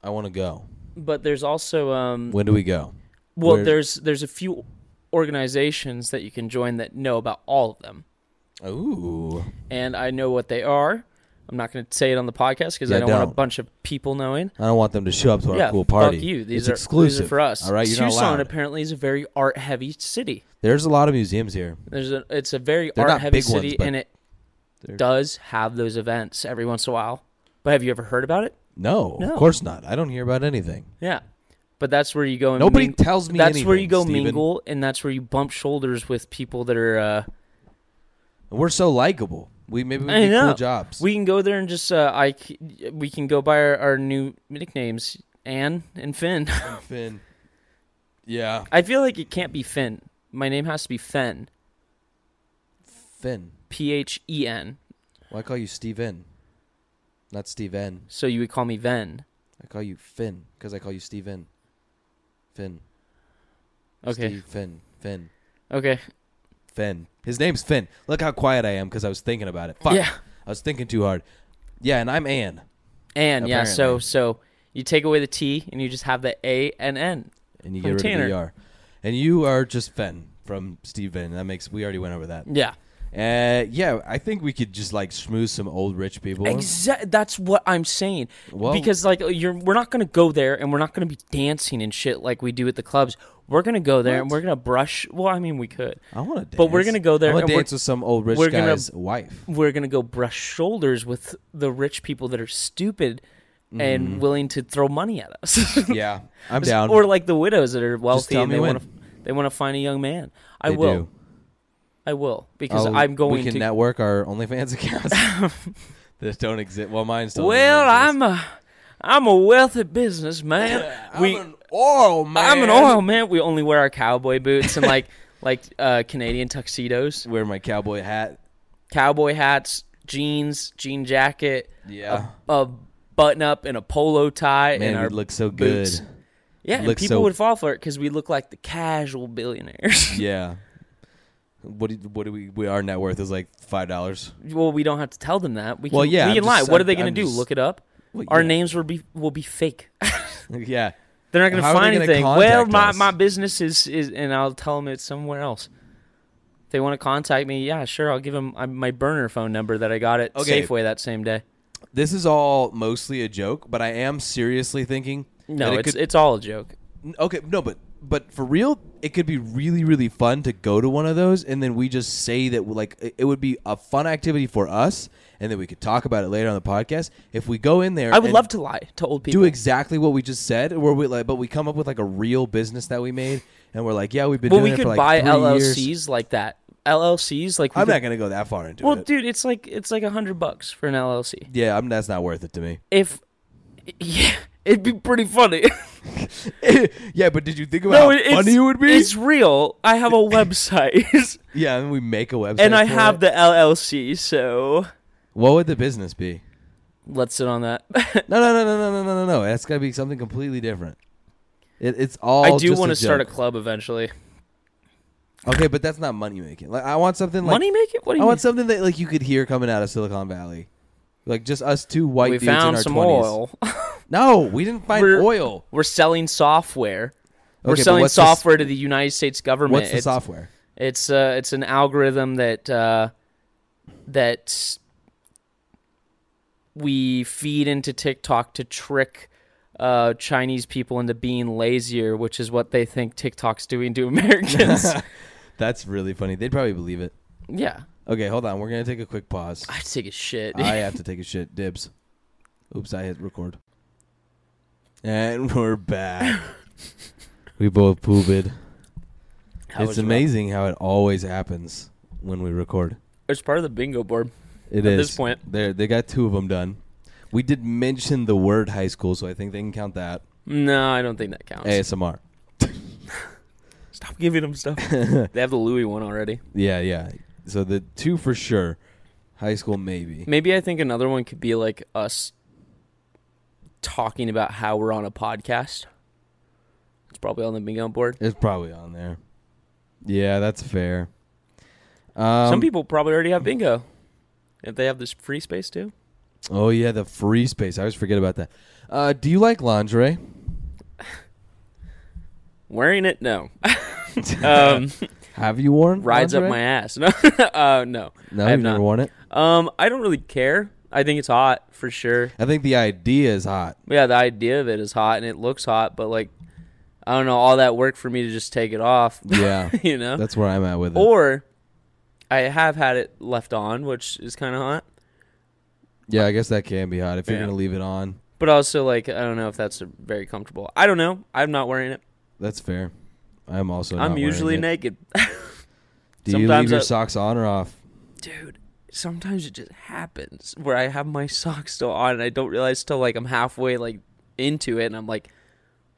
I want to go.
But there's also um,
When do we go?
well,
where-
there's there's a few organizations that you can join that know about all of them,
Ooh.
and I know what they are. I'm not going to say it on the podcast because
Yeah,
I don't, want a
don't.
bunch of people knowing.
I don't want them to show up to our
yeah,
cool party.
fuck you. These
it's
are
exclusive
These are for us.
All right, you're not
Tucson
allowed.
apparently is a very art heavy city.
There's a lot of museums here.
There's a it's a very
They're not
art heavy
big ones,
city,
but
and it
they're-
does have those events every once in a while. But have you ever heard about it?
No,
No.
of course not. I don't hear about anything.
Yeah, but that's where you go. And
Nobody
ming-
tells me
That's where
anything,
you go
Steven.
mingle, and that's where you bump shoulders with people that are. Uh,
We're so likable. We maybe we
I
do
know.
cool jobs.
We can go there and just uh, I c- we can go by our, our new nicknames, Anne and Finn.
Finn. Yeah,
I feel like it can't be Finn. My name has to be Fenn.
Finn.
P H E N.
Well, I call you Steven, not Steven.
So you would call me Ven.
I call you Finn because I call you Steven. Finn.
Okay.
Steve, Finn. Finn.
Okay.
Finn. His name's Finn. Look how quiet I am because I was thinking about it. Fuck.
Yeah.
I was thinking too hard. Yeah, and I'm Ann.
And yeah, so
Apparently.
so you take away the T and you just have the A and N.
And you
From
get rid of
Tanner.
the ER. And you are just Fenn from Steven. That makes we already went over that.
Yeah.
Uh, yeah, I think we could just like smooth some old rich people.
Exactly. That's what I'm saying.
Well-
because like you're, we're not gonna go there and we're not gonna be dancing and shit like we do at the clubs. We're gonna go there and
What?
we're gonna brush. Well, I mean, we could.
I want to dance.
But we're gonna go there
I want
and
to
we're-
dance with some old rich
we're gonna-
guy's wife.
We're gonna go brush shoulders with the rich people that are stupid and willing to throw money at us,
yeah, Mm-hmm. I'm down.
or like the widows that are wealthy
tell
and
me
they
when.
want to they want to find a young man. I
They
will.
do.
I will because
I'll-
I'm
We
going
can
to.
network our OnlyFans accounts that don't exist. Well, mine still.
well, I'm a I'm a wealthy businessman. we
an oil man.
I'm an oil man. We only wear our cowboy boots and like like uh, Canadian tuxedos,
Wear my cowboy hat.
cowboy hats, jeans, jean jacket,
Yeah,
a button up, and a polo tie.
man,
and our
we look so good.
boots. Yeah, and
look
people
so-
would fall for it because we look like the casual billionaires.
Yeah. What do, what do we, we? Our net worth is like five dollars.
well, we don't have to tell them that. We can,
Well, yeah,
we
I'm
can lie.
just-
what are
I'm-
they going
I'm
to do?
just-
Look it up.
Well,
Our
yeah.
names will be will be fake.
yeah,
They're not going
How
to
are they
find
gonna
anything. Well,
contact
my,
us?
my business is, is, and I'll tell them it's somewhere else. If they want to contact me, yeah, sure. I'll give them my burner phone number that I got at
Okay.
Safeway that same day.
this is all mostly a joke, but I am seriously thinking.
No,
that it
it's
could,
it's all a joke.
N- okay no but but for real it could be really really fun to go to one of those and then we just say that like it- it would be a fun activity for us and then we could talk about it later on the podcast if we go in there
I would
and
love to lie to old people.
do exactly what we just said where we like but we come up with like a real business that we made and we're like yeah we've been
well,
doing
we
it
could
for like
buy
three
LLCs
years.
like that. LLCs like we
i'm
could-
not gonna go that far into
Well,
it
dude, it's like it's like a hundred bucks for an LLC.
yeah i'm that's not worth it to me
If yeah, it'd be pretty funny.
yeah but did you think about
no,
how
it, it's,
funny it would be
It's real. I have a website,
yeah and we make a website
and I
for
have
it.
the LLC. So
what would the business be
let's sit on that.
No, no, no, no, no, no, no, no, no. That's got to be something completely different. It, it's all.
I do
want to
start a club eventually.
Okay, but that's not money making. Like I want something like
Money make it? What do
I
you mean?
want something that like you could hear coming out of Silicon Valley, like just us two white
we
dudes in
found
our
some
20s.
oil.
No, we didn't find
We're-
oil.
We're selling software. We're
Okay, but
selling
what's the s-
software to the United States government.
What's the
it's,
software?
It's uh, it's an algorithm that uh, that we feed into TikTok to trick uh, Chinese people into being lazier, which is what they think TikTok's doing to Americans.
That's really funny. They'd probably believe it.
yeah,
Okay, hold on. We're gonna take a quick pause.
I take a shit.
I have to take a shit. Dibs. Oops, I hit record. And we're back. we both pooped.
How
it's
was your-
amazing how it always happens when we record.
It's part of the bingo board.
It is
At this point.
They they got two of them done. We did mention the word high school, so I think they can count that
No, I don't think that counts.
ASMR.
Stop giving them stuff. they have the Louis one already.
Yeah, yeah. So the two for sure. High school maybe.
Maybe I think another one could be like us talking about how we're on a podcast. It's probably on the bingo board.
It's probably on there. Yeah, that's fair. Um,
Some people probably already have bingo. If they have this free space too,
Oh yeah, the free space. I always forget about that. Uh, do you like lingerie?
wearing it, no. um,
Have you worn
rides up my
lingerie?
ass. No, uh, no.
No,
I have
you've never
not.
worn it.
Um, I don't really care. I think it's hot for sure.
I think the idea is hot.
Yeah, the idea of it is hot and it looks hot, but like, I don't know, all that work for me to just take it off.
Yeah,
you know.
that's where I'm at with it.
Or I have had it left on, which is kind of hot.
yeah, I guess that can be hot if you're
Yeah.
gonna leave it on.
But also, like, I don't know if that's uh, very comfortable. I don't know. I'm not wearing it.
That's fair. I'm also. not
I'm
wearing
usually
it.
naked.
Do you leave
sometimes
your
I-
socks on or off?
Dude, sometimes it just happens where I have my socks still on and I don't realize till, like, I'm halfway, like, into it and I'm like,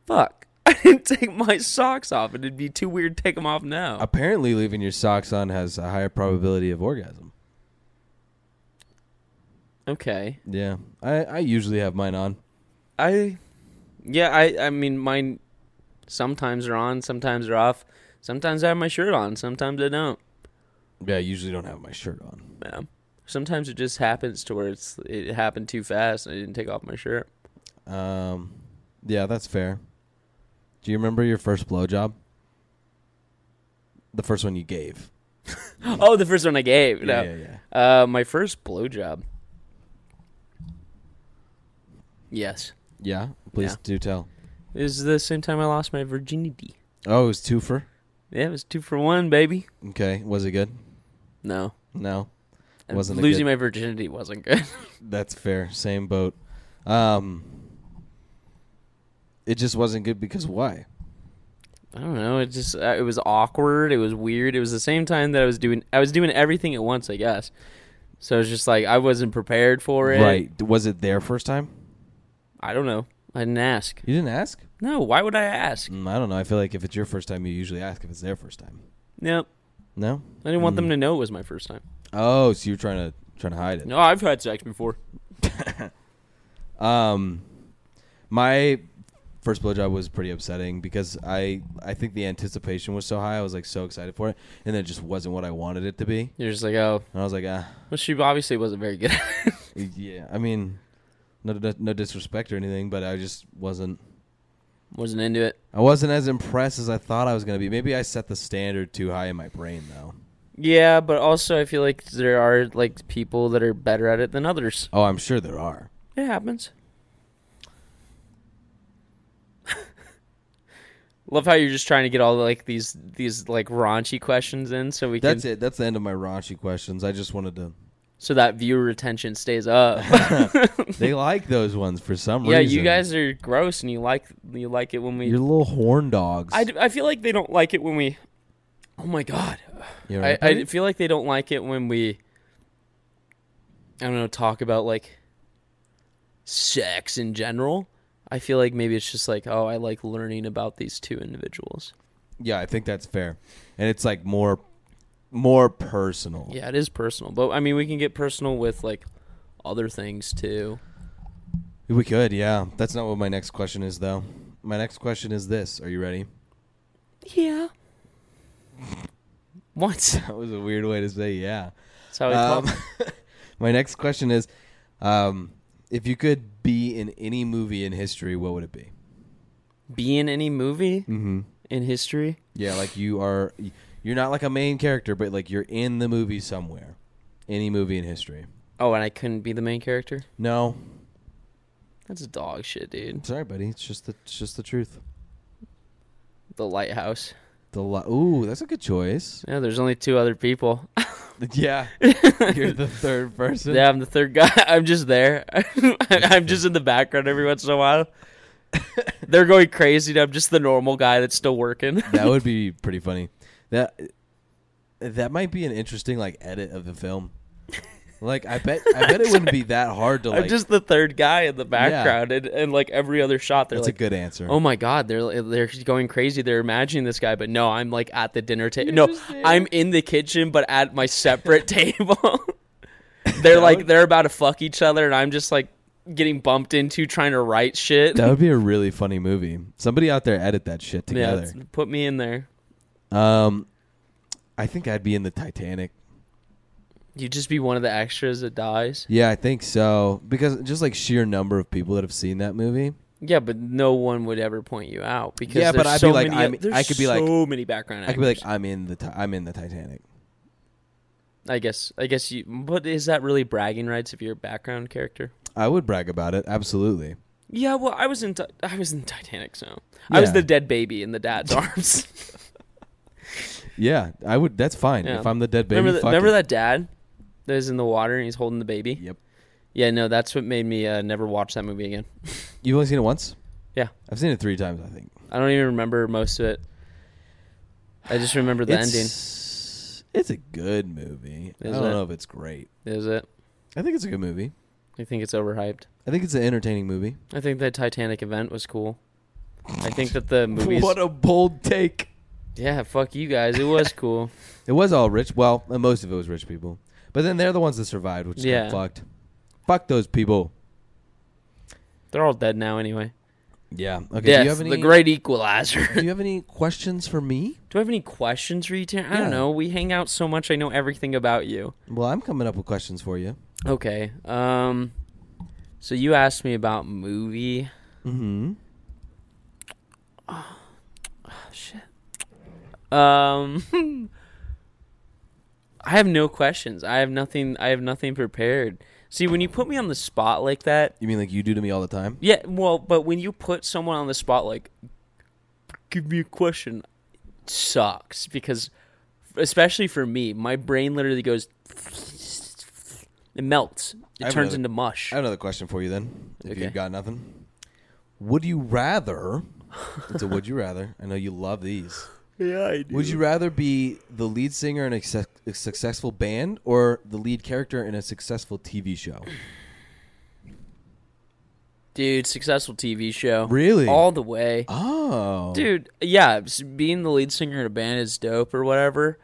fuck. I didn't take my socks off, and it'd be too weird to take them off now.
Apparently, leaving your socks on has a higher probability of orgasm.
Okay,
Yeah, I, I usually have mine on.
I, yeah, I, I mean, mine sometimes are on, sometimes are off. Sometimes I have my shirt on, sometimes I don't.
Yeah, I usually don't have my shirt on.
Yeah. Sometimes it just happens to where it's it happened too fast and I didn't take off my shirt.
Um, yeah, that's fair. Do you remember your first blowjob? The first one you gave.
Oh, the first one I gave. No.
Yeah, yeah, yeah.
Uh my first blowjob. Yes.
Yeah, please
Yeah.
do tell.
It was the same time I lost my virginity.
Oh, it was twofer.
Yeah, it was two for one, baby.
Okay, was it good?
No.
No,
And
Wasn't a
losing
good-
my virginity wasn't good.
that's fair. Same boat. Um, it just wasn't good because why?
I don't know. It just uh, it was awkward. It was weird. It was the same time that I was doing I was doing everything at once, I guess. So it's just like I wasn't prepared for it.
Right? Was it their first time?
I don't know. I didn't ask.
You didn't ask.
No, why would I ask?
Mm, I don't know. I feel like if it's your first time, you usually ask if it's their first time.
Yep.
No.
I didn't want them to know it was my first time.
Oh, so you're trying to trying to hide it.
No, I've had sex before.
Um, my first blowjob was pretty upsetting because I I think the anticipation was so high. I was like so excited for it, and then it just wasn't what I wanted it to be.
You're just like, oh,
And I was like, ah,
well, she obviously wasn't very good. at it.
yeah. I mean, no no- no disrespect or anything, but I just wasn't.
wasn't into it.
I wasn't as impressed as I thought I was gonna be. Maybe I set the standard too high in my brain though.
Yeah, but also I feel like there are like people that are better at it than others.
Oh, I'm sure there are.
It happens. Love how you're just trying to get all like these these like raunchy questions in, so we
That's
can
it. That's the end of my raunchy questions. I just wanted to.
so that viewer retention stays up.
They like those ones for some
yeah,
reason.
you guys are gross, and you like you like it when we
You're little horn dogs.
I, d- I feel like they don't like it when we. Oh my god!
You
I,
alright, buddy?
I feel like they don't like it when we. I don't know. Talk about like sex in general. I feel like maybe it's just like, oh, I like learning about these two individuals.
Yeah, I think that's fair, and it's like more, more personal.
Yeah, it is personal, but I mean, we can get personal with like other things too.
We could, yeah. That's not what my next question is, though. My next question is this: Are you ready?
Yeah. What?
That was a weird way to say yeah.
That's how we
Um,
talk.
my next question is, um, if you could be in any movie in history, what would it be?
Be in any movie
Mm-hmm.
in history?
Yeah, like you are, you're not like a main character, but like you're in the movie somewhere. Any movie in history?
Oh, and I couldn't be the main character.
No,
That's dog shit, dude.
sorry, buddy. It's just the, it's just the truth.
The lighthouse.
The li- ooh, that's a good choice.
Yeah, there's only two other people.
Yeah. You're the third person.
yeah, I'm the third guy. I'm just there. I'm just in the background every once in a while. They're going crazy. and I'm just the normal guy that's still working.
That would be pretty funny. That that might be an interesting like edit of the film. Like I bet I bet it wouldn't be that hard to like
I'm just the third guy in the background, and, and like every other shot, they're
That's a
like,
good answer.
"Oh my god, they're they're going crazy. They're imagining this guy." But no, I'm like at the dinner table. No, I'm in the kitchen, but at my separate table. they're
That
like
would-
they're about to fuck each other, and I'm just like getting bumped into trying to write shit.
That would be a really funny movie. Somebody out there edit that shit together.
it's- put me in there.
um I think I'd be in the Titanic.
You just be one of the extras that dies.
Yeah, I think so. Because just like sheer number of people that have seen that movie.
Yeah, but no one would ever point you out because
Yeah, but
there's
I'd
so
be like,
many.
I'm-
there's
I could be like-
so many background.
I could be like,
actors.
I'm in the ti- I'm in the Titanic.
I guess, I guess you. But is that really bragging rights if you're a background character?
I would brag about it, absolutely.
Yeah, well, I was in Ti- I was in Titanic, so I was
Yeah.
the dead baby in the dad's arms.
Yeah, I would. That's fine.
Yeah.
If I'm the dead baby,
remember, th-
fuck
remember
it.
that dad that was in the water and he's holding the baby.
Yep.
Yeah, no, that's what made me uh, never watch that movie again.
You've only seen it once.
Yeah.
I've seen it three times. I think
I don't even remember most of it. I just remember the ending.
it's, It's a good movie. I
Is
don't
it?
know if it's great.
That was it.
I think it's a good movie.
I think it's overhyped.
I think it's an entertaining movie.
I think the Titanic event was cool. I think that the movies.
What a bold take!
yeah, fuck you guys. It was cool.
It was all rich. Well, uh, most of it was rich people, but then they're the ones that survived, which is kinda
Yeah.
fucked. Fuck those people.
They're all dead now anyway.
Yeah. Okay.
Death,
do you have any?
the great equalizer.
do you have any questions for me?
Do I have any questions for you, Tanner? I
Yeah.
don't know. We hang out so much. I know everything about you.
Well, I'm coming up with questions for you.
Okay. Um. So you asked me about movie.
Mm-hmm.
Um. I have no questions. I have nothing. I have nothing prepared. See, when you put me on the spot like that,
You mean like you do to me all the time?
yeah. Well, but when you put someone on the spot like, give me a question, it sucks because, especially for me, my brain literally goes. It melts. It
I have
turns
another-
into mush.
I have another question for you then. If
Okay.
you've got nothing, would you rather? it's a would you rather. I know you love these.
Yeah, I do.
Would you rather be the lead singer in a, suc- a successful band or the lead character in a successful TV show?
Dude, successful TV show.
Really?
All the way.
Oh,
Dude, yeah, s- being the lead singer in a band is dope or whatever.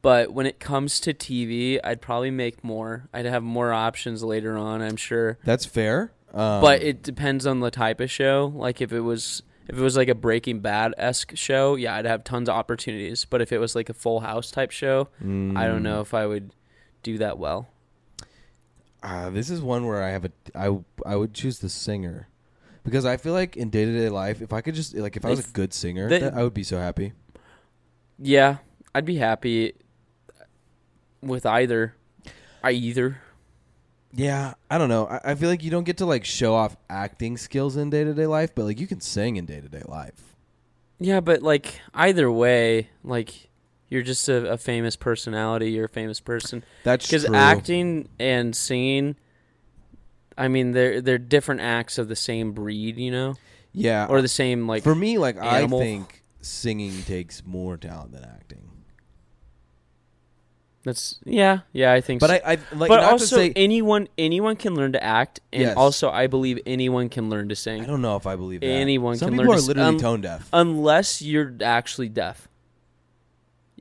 But when it comes to TV, I'd probably make more. I'd have more options later on, I'm sure.
that's fair. Um,
But it depends on the type of show. Like if it was if it was like a Breaking Bad esque show, yeah, I'd have tons of opportunities. But if it was like a Full House type show,
mm,
I don't know if I would do that well.
Ah, this is one where I have a I I would choose the singer because I feel like in day to day life, if I could just like if I was a
If-
good singer,
they-
that I would be so happy.
Yeah, I'd be happy with either. I either.
Yeah, I don't know. I, I feel like you don't get to like show off acting skills in day to day life, but like you can sing in day to day life.
Yeah, but like either way, like you're just a, a famous personality. You're a famous person
That's
because
true.
acting and singing. I mean, they're they're different acts of the same breed, you know,
yeah,
or the same like.
for me, like
animal.
I think singing takes more talent than acting.
that's yeah, yeah. I think,
But
so.
I, I like
but
not
also
to say
anyone anyone can learn to act, and
Yes.
also I believe anyone can learn to sing.
I don't know if I believe that.
Anyone
Some
can
people
learn to
are
s-
literally
um,
tone deaf.
unless you're actually deaf.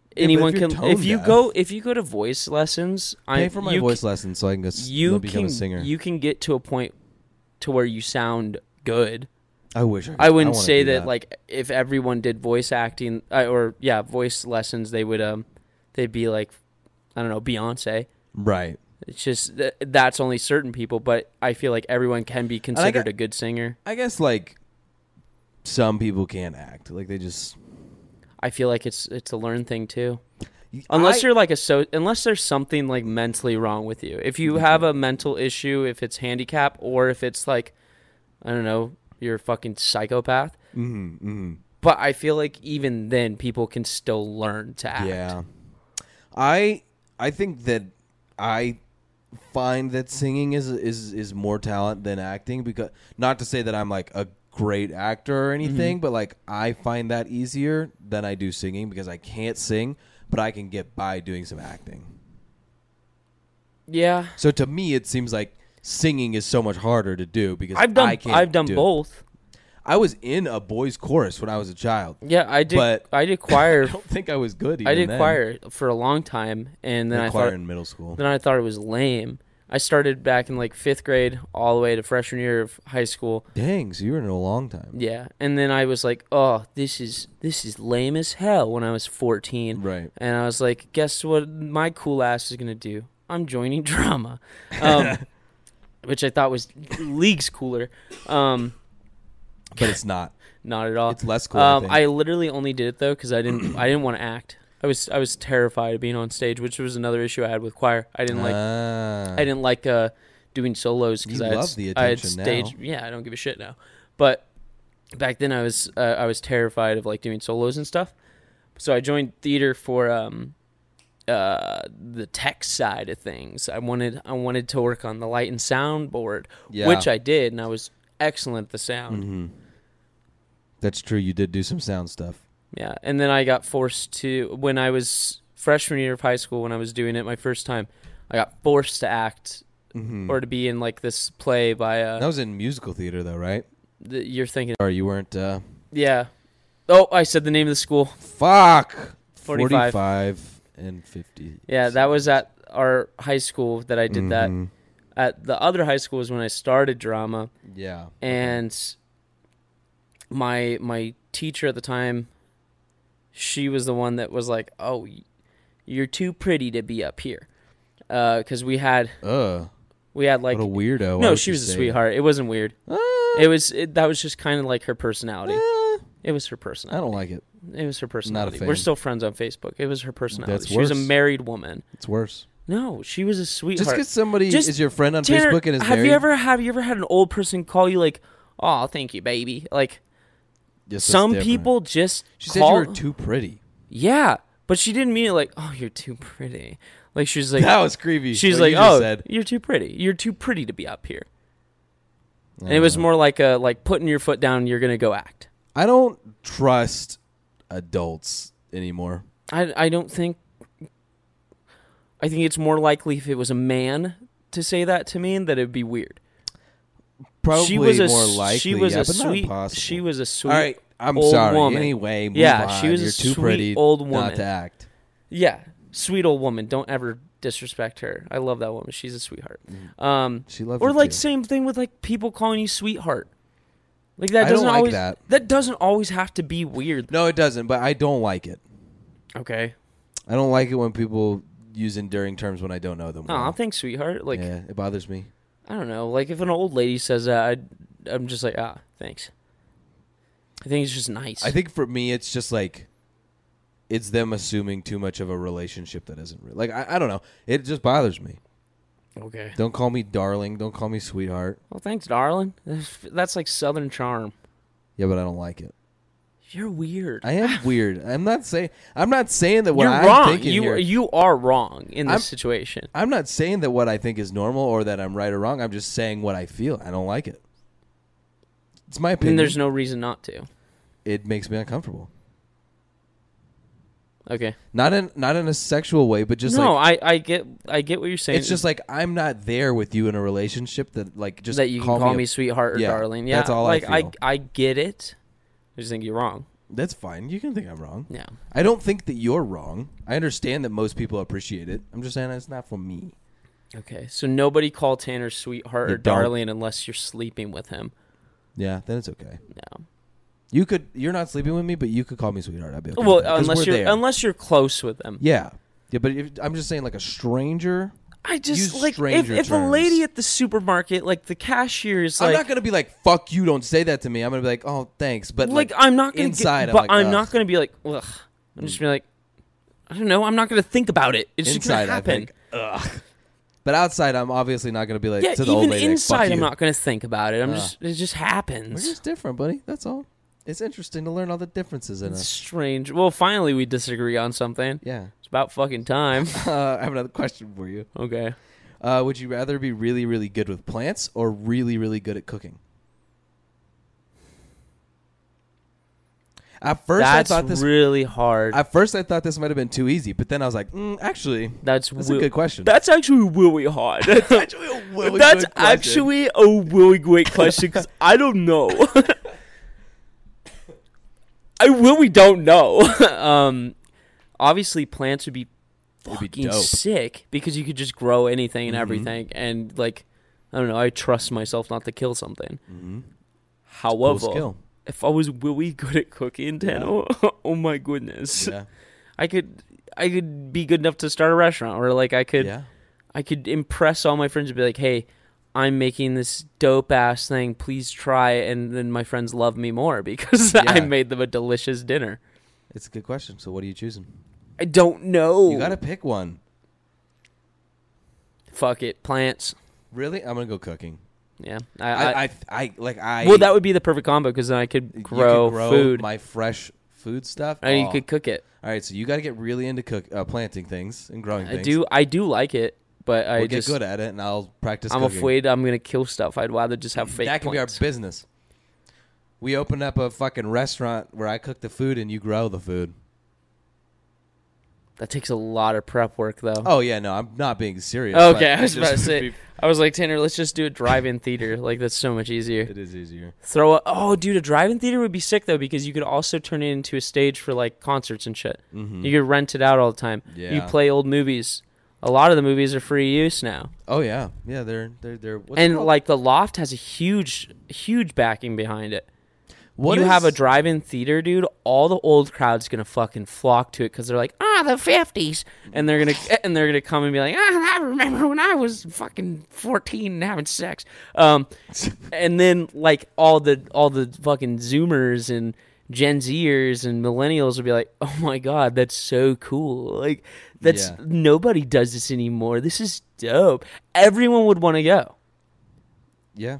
but
Anyone
if you're
can
tone
if you
deaf-
go if you go to voice lessons. I
Pay for my
you
voice lessons so I can go s-
you
become
can
a singer.
you can get to a point to where you sound good.
I wish I. Could,
I wouldn't
wanna
say
do
that, like if everyone did voice acting uh, or yeah voice lessons, they would um they'd be like I don't know Beyonce.
right.
It's just th- that's only certain people, but I feel like everyone can be
I
considered
got-
a good singer.
I guess like some people can't act. Like they just
I feel like it's it's a learn thing too.
I-
Unless you're like a so, unless there's something like mentally wrong with you. If you have a mental issue, if it's handicap, or if it's like, I don't know, you're a fucking psychopath.
Mhm, mhm.
But I feel like even then, people can still learn to act.
Yeah. I I think that I find that singing is is is more talent than acting because not to say that I'm like a great actor or
Mm-hmm.
anything, but like I find that easier than I do singing because I can't sing, but I can get by doing some acting.
yeah.
So to me it seems like singing is so much harder to do because
I've done.
I can't
I've done
do it.
both.
I was in a boys chorus when I was a child.
Yeah, I did.
But-
I did choir.
I don't think I was good. Even
I did
then.
choir for a long time, and then I
I did choir
thought
in middle school.
then I thought it was lame. I started back in like fifth grade, all the way to freshman year of high school.
Dang, so you were in it a long time.
Yeah, and then I was like, "Oh, this is this is lame as hell." When I was fourteen,
Right.
and I was like, "Guess what? My cool ass is gonna do I'm joining drama, um, which I thought was leagues cooler. Um,
but it's not.
not at all.
It's less cool, I
Um,
think.
I literally only did it though because I didn't. I didn't want to act. I was I was terrified of being on stage, which was another issue I had with choir. I didn't like
Ah.
I didn't like uh, doing solos because
You
I had,
love
s-
the
I had
attention
stage.
now.
Yeah, I don't give a shit now. But back then, I was uh, I was terrified of like doing solos and stuff. So I joined theater for um, uh, the tech side of things. I wanted I wanted to work on the light and sound board,
Yeah. Mm-hmm.
which I did, and I was excellent at the sound.
That's true. You did do some sound stuff.
Yeah, and then I got forced to when I was freshman year of high school when I was doing it my first time, I got forced to act
Mm.
or to be in like this play by uh,
That was in musical theater, though, right?
the, you're thinking
Or you weren't. Uh,
yeah. Oh, I said the name of the school.
fuck.
45.
and 50.
Yeah, that was at our high school that I did
Mhm.
that. At the other high school was when I started drama
Yeah.
and my my teacher at the time she was the one that was like, "Oh, y- you're too pretty to be up here." Uh, cuz we had
Ugh.
We had like
what a weirdo. Why
no,
would
she
you
was a
say
sweetheart. It wasn't weird.
that? Uh,
It was it, that was just kind of like her personality.
Ah,
It was her
I
personality.
don't like it.
It was her personality. We're
fan.
still friends on Facebook. It was her personality.
That's
she was a
worse.
married woman.
It's worse.
No, she was a sweetheart.
Just because somebody
Just-
is your friend on
Tanner,
Facebook and is
have
married.
you ever have you ever had an old person call you like, "Oh, thank you, baby." Like
Yes, that's
some
different.
people just
She said
call
you were too pretty.
Yeah, but she didn't mean it like, "Oh, you're too pretty." Like she was like
That was creepy.
She's
what
like,
you just
"Oh,
said.
you're too pretty. You're too pretty to be up here."
I
And it was
don't know.
more like a like putting your foot down. You're gonna go act.
I don't trust adults anymore.
I I don't think. I think it's more likely if it was a man to say that to me that it'd be weird.
Probably
she was a
more
s-
likely.
she was
yeah,
a
but not
sweet
impossible.
she was a sweet
All right, I'm
old
sorry.
woman.
Anyway, move
Yeah, she
on.
was a
You're too
sweet
pretty
old
not
woman.
to act.
yeah sweet old woman. Don't ever disrespect her. I love that woman. She's a sweetheart. Um,
She loved
or
Mm-hmm. you
like
too.
same thing with like people calling you sweetheart. Like that
I don't
doesn't
like
always
that.
doesn't always have to be weird.
No, it doesn't. But I don't like it.
Okay.
I don't like it when people use enduring terms when I don't know them.
Oh,
well.
thanks, sweetheart. Like
yeah, it bothers me.
I don't know. Like if an old lady says that, I'd, I'm just like, ah, thanks. I think it's just nice.
I think for me, it's just like it's them assuming too much of a relationship that isn't real. Like I, I don't know. It just bothers me.
okay.
Don't call me darling. Don't call me sweetheart.
Well, thanks, darling. That's- That's like Southern charm.
Yeah, but I don't like it.
You're weird.
I am weird. I'm not saying. I'm not saying that what
You're
I'm
wrong.
thinking
You
here.
you are wrong in this
I'm-
situation.
I'm not saying that what I think is normal or that I'm right or wrong. I'm just saying what I feel. I don't like it. It's my opinion.
And there's no reason not to.
it makes me uncomfortable.
Okay.
Not in not in a sexual way, but just
no,
like
I, I get I get what you're saying.
it's just like I'm not there with you in a relationship that like just
that you
call
can call
me.
me,
a-
sweetheart or
Yeah,
darling. Yeah.
that's all I
like
feel.
I I get it. I just think you're wrong.
That's fine. You can think I'm wrong.
Yeah.
I don't think that you're wrong. I understand that most people appreciate it. I'm just saying it's not for me.
Okay. So nobody call Tanner sweetheart
You
or
don't.
darling unless you're sleeping with him.
Yeah, then it's okay.
No.
You could. You're not sleeping with me, but you could call me sweetheart. I'd be okay.
Well,
with that, 'cause
unless
we're
you're
there.
unless you're close with them.
yeah, yeah. But if, I'm just saying, like a stranger.
I just
Use
like if,
stranger
if a lady
terms.
at the supermarket, like the cashier is
I'm
like,
not gonna be like, "Fuck you!" Don't say that to me. I'm gonna be like, "Oh, thanks," but
like,
like,
I'm not gonna
inside,
get,
I'm
but
like,
I'm
ugh.
not gonna be like, ugh. I'm just gonna be like, I don't know. I'm not gonna think about it. It's just
inside,
gonna
I
happen.
think, ugh. But outside, I'm obviously not gonna be like
yeah,
to the old
even
lady. like, "Fuck
inside, I'm
you."
not gonna think about it. I'm
Ugh.
just it just
We're
happens.
just different, buddy. That's all. It's interesting to learn all the differences in
It's
us.
strange. Well, finally we disagree on something.
Yeah.
It's about fucking time.
Uh, I have another question for you.
okay.
Uh, would you rather be really, really good with plants or really, really good at cooking? At first,
That's
I thought this.
really hard.
at first, I thought this might have been too easy, but then I was like, mm, actually,
that's
that's
wi-
a good question.
That's actually really hard.
actually a really
That's
good question.
actually a really great question because I don't know. I really don't know. um, obviously, plants would be
It'd be
fucking
dope. Mm-hmm.
sick because you could just grow anything and everything. And like, I don't know. I trust myself not to kill something.
Mhm.
However,
skill.
if I was really good at cooking, Tano, oh my goodness,
Yeah.
I could, I could be good enough to start a restaurant, or like I could,
Yeah.
I could impress all my friends and be like, "Hey, I'm making this dope ass thing. Please try." it. And then my friends love me more because I
Yeah.
made them a delicious dinner.
It's a good question. So what are you choosing?
I don't know.
You gotta pick one.
fuck it, plants.
Really? I'm gonna go cooking.
Yeah,
I I, I, like I
well, that would be the perfect combo because then I could
you could
grow, food
my fresh food stuff.
and
Oh.
you could cook it.
All right, so you got to get really into cook uh, planting things and growing
I
things.
do, I do like it, but I
We'll get
just
good at it, and I'll practice.
I'm
cooking.
afraid I'm gonna kill stuff. I'd rather just have fake.
that can
plants.
be our business. We open up a fucking restaurant where I cook the food and you grow the food.
That takes a lot of prep work, though.
Oh yeah, no, I'm not being serious. but
okay, I was about to
just-
say. I was like Tanner, let's just do a drive-in theater. Like that's so much easier.
it is easier.
Throw a oh, dude, a drive-in theater would be sick though because you could also turn it into a stage for like concerts and shit.
hmm
You could rent it out all the time. You
Yeah.
play old movies. A lot of the movies are free use now.
Oh yeah, yeah. They're they're they're. What's it
and
called?
like the loft has a huge huge backing behind it
What
you
is-
have a drive-in theater dude all the old crowd's gonna fucking flock to it because they're like ah the 50s and they're gonna and they're gonna come and be like ah i remember when i was fucking 14 and having sex um and then like all the all the fucking zoomers and gen zers and millennials would be like oh my god that's so cool like that's
Yeah.
nobody does this anymore this is dope everyone would want to go
yeah.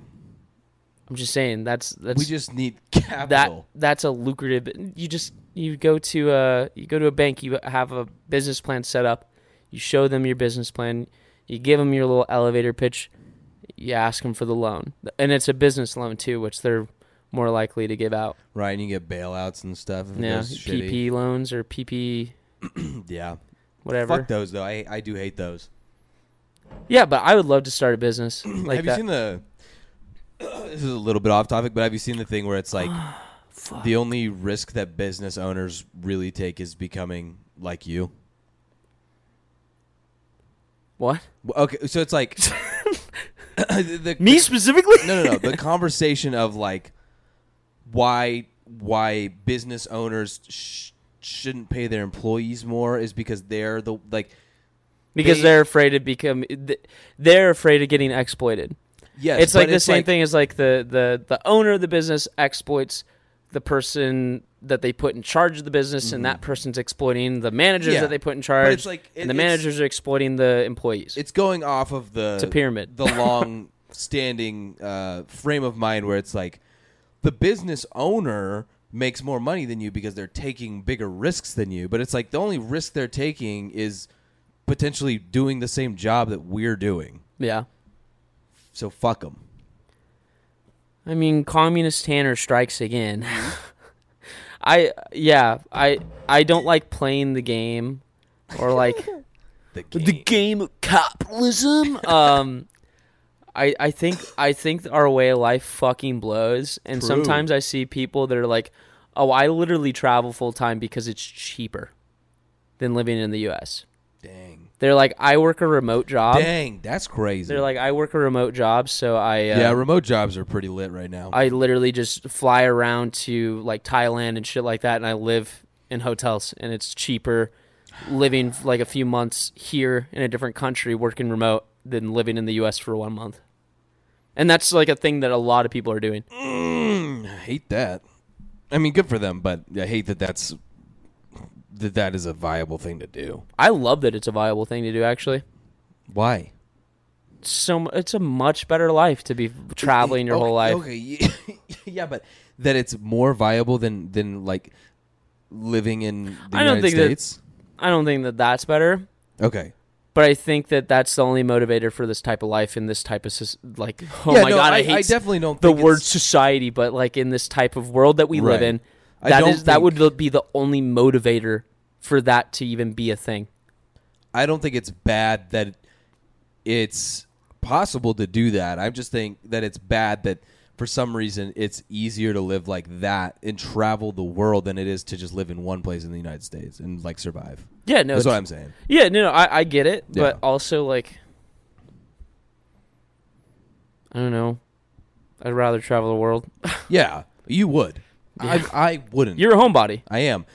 I'm just saying that's that's
We just need
that
capital.
that's a lucrative. You just you go to a you go to a bank. You have a business plan set up. You show them your business plan. You give them your little elevator pitch. You ask them for the loan, and it's a business loan too, which they're more likely to give out.
right, and you get bailouts and stuff. If
Yeah,
it goes shitty.
PP loans or PP
Yeah.
whatever.
Fuck those though. I I do hate those.
Yeah, but I would love to start a business like that.
have you seen the? this is a little bit off topic, but have you seen the thing where it's like the only risk that business owners really take is becoming like you?
what
Well, Okay, so it's like the,
me specifically?
no, no, no. The conversation of like why why business owners sh- shouldn't pay their employees more is because they're the like
Because
They-
they're afraid of become they're afraid of getting exploited.
yes,
it's like
but
the same
like-
thing as like the, the the owner of the business exploits the person that they put in charge of the business and that person's exploiting the managers
Mm-hmm. Yeah.
that they put in
But
charge
it's like it-
and the
it's-
managers are exploiting the employees
It's going off of the
It's a pyramid.
the long standing uh, frame of mind where it's like the business owner makes more money than you because they're taking bigger risks than you, but it's like the only risk they're taking is potentially doing the same job that we're doing.
yeah
So fuck them.
i mean communist tanner strikes again
Mm-hmm.
i yeah i i don't like playing the game or like
The
the game of capitalism. um, I I think I think our way of life fucking blows, and
True.
sometimes I see people that are like, "Oh, I literally travel full time because it's cheaper than living in the U.S."
Dang.
They're like, "I work a remote job."
Dang, that's crazy.
They're like, "I work a remote job, so I uh,
yeah, remote jobs are pretty lit right now.
I literally just fly around to like Thailand and shit like that, and I live in hotels, and it's cheaper living like a few months here in a different country working remote than living in the U.S. for one month. And that's like a thing that a lot of people are doing.
Mm, I hate that. I mean, good for them, but I hate that that's that that is a viable thing to do.
I love that it's a viable thing to do. Actually,
Why?
It's so mu- it's a much better life to be traveling your
okay,
whole life.
Okay, y- yeah, but that it's more viable than than like living in the
I don't
United
think that-
States.
I don't think that that's better,
okay.
but I think that that's the only motivator for this type of life in this type of sus- like. Oh
yeah,
my
no,
god, I,
I,
hate
I definitely don't.
the
think
word
it's-
society, but like in this type of world that we live
Right.
in,
I
that
don't
is that
think-
would be the only motivator for that to even be a thing.
I don't think it's bad that it's possible to do that. I just think that it's bad that for some reason it's easier to live like that and travel the world than it is to just live in one place in the United States and like survive.
Yeah, no,
That's what
it's-
I'm saying.
yeah, no, no, I, I get it,
Yeah.
but also like, I don't know, I'd rather travel the world.
Yeah, you would. I I wouldn't.
You're a homebody.
I am.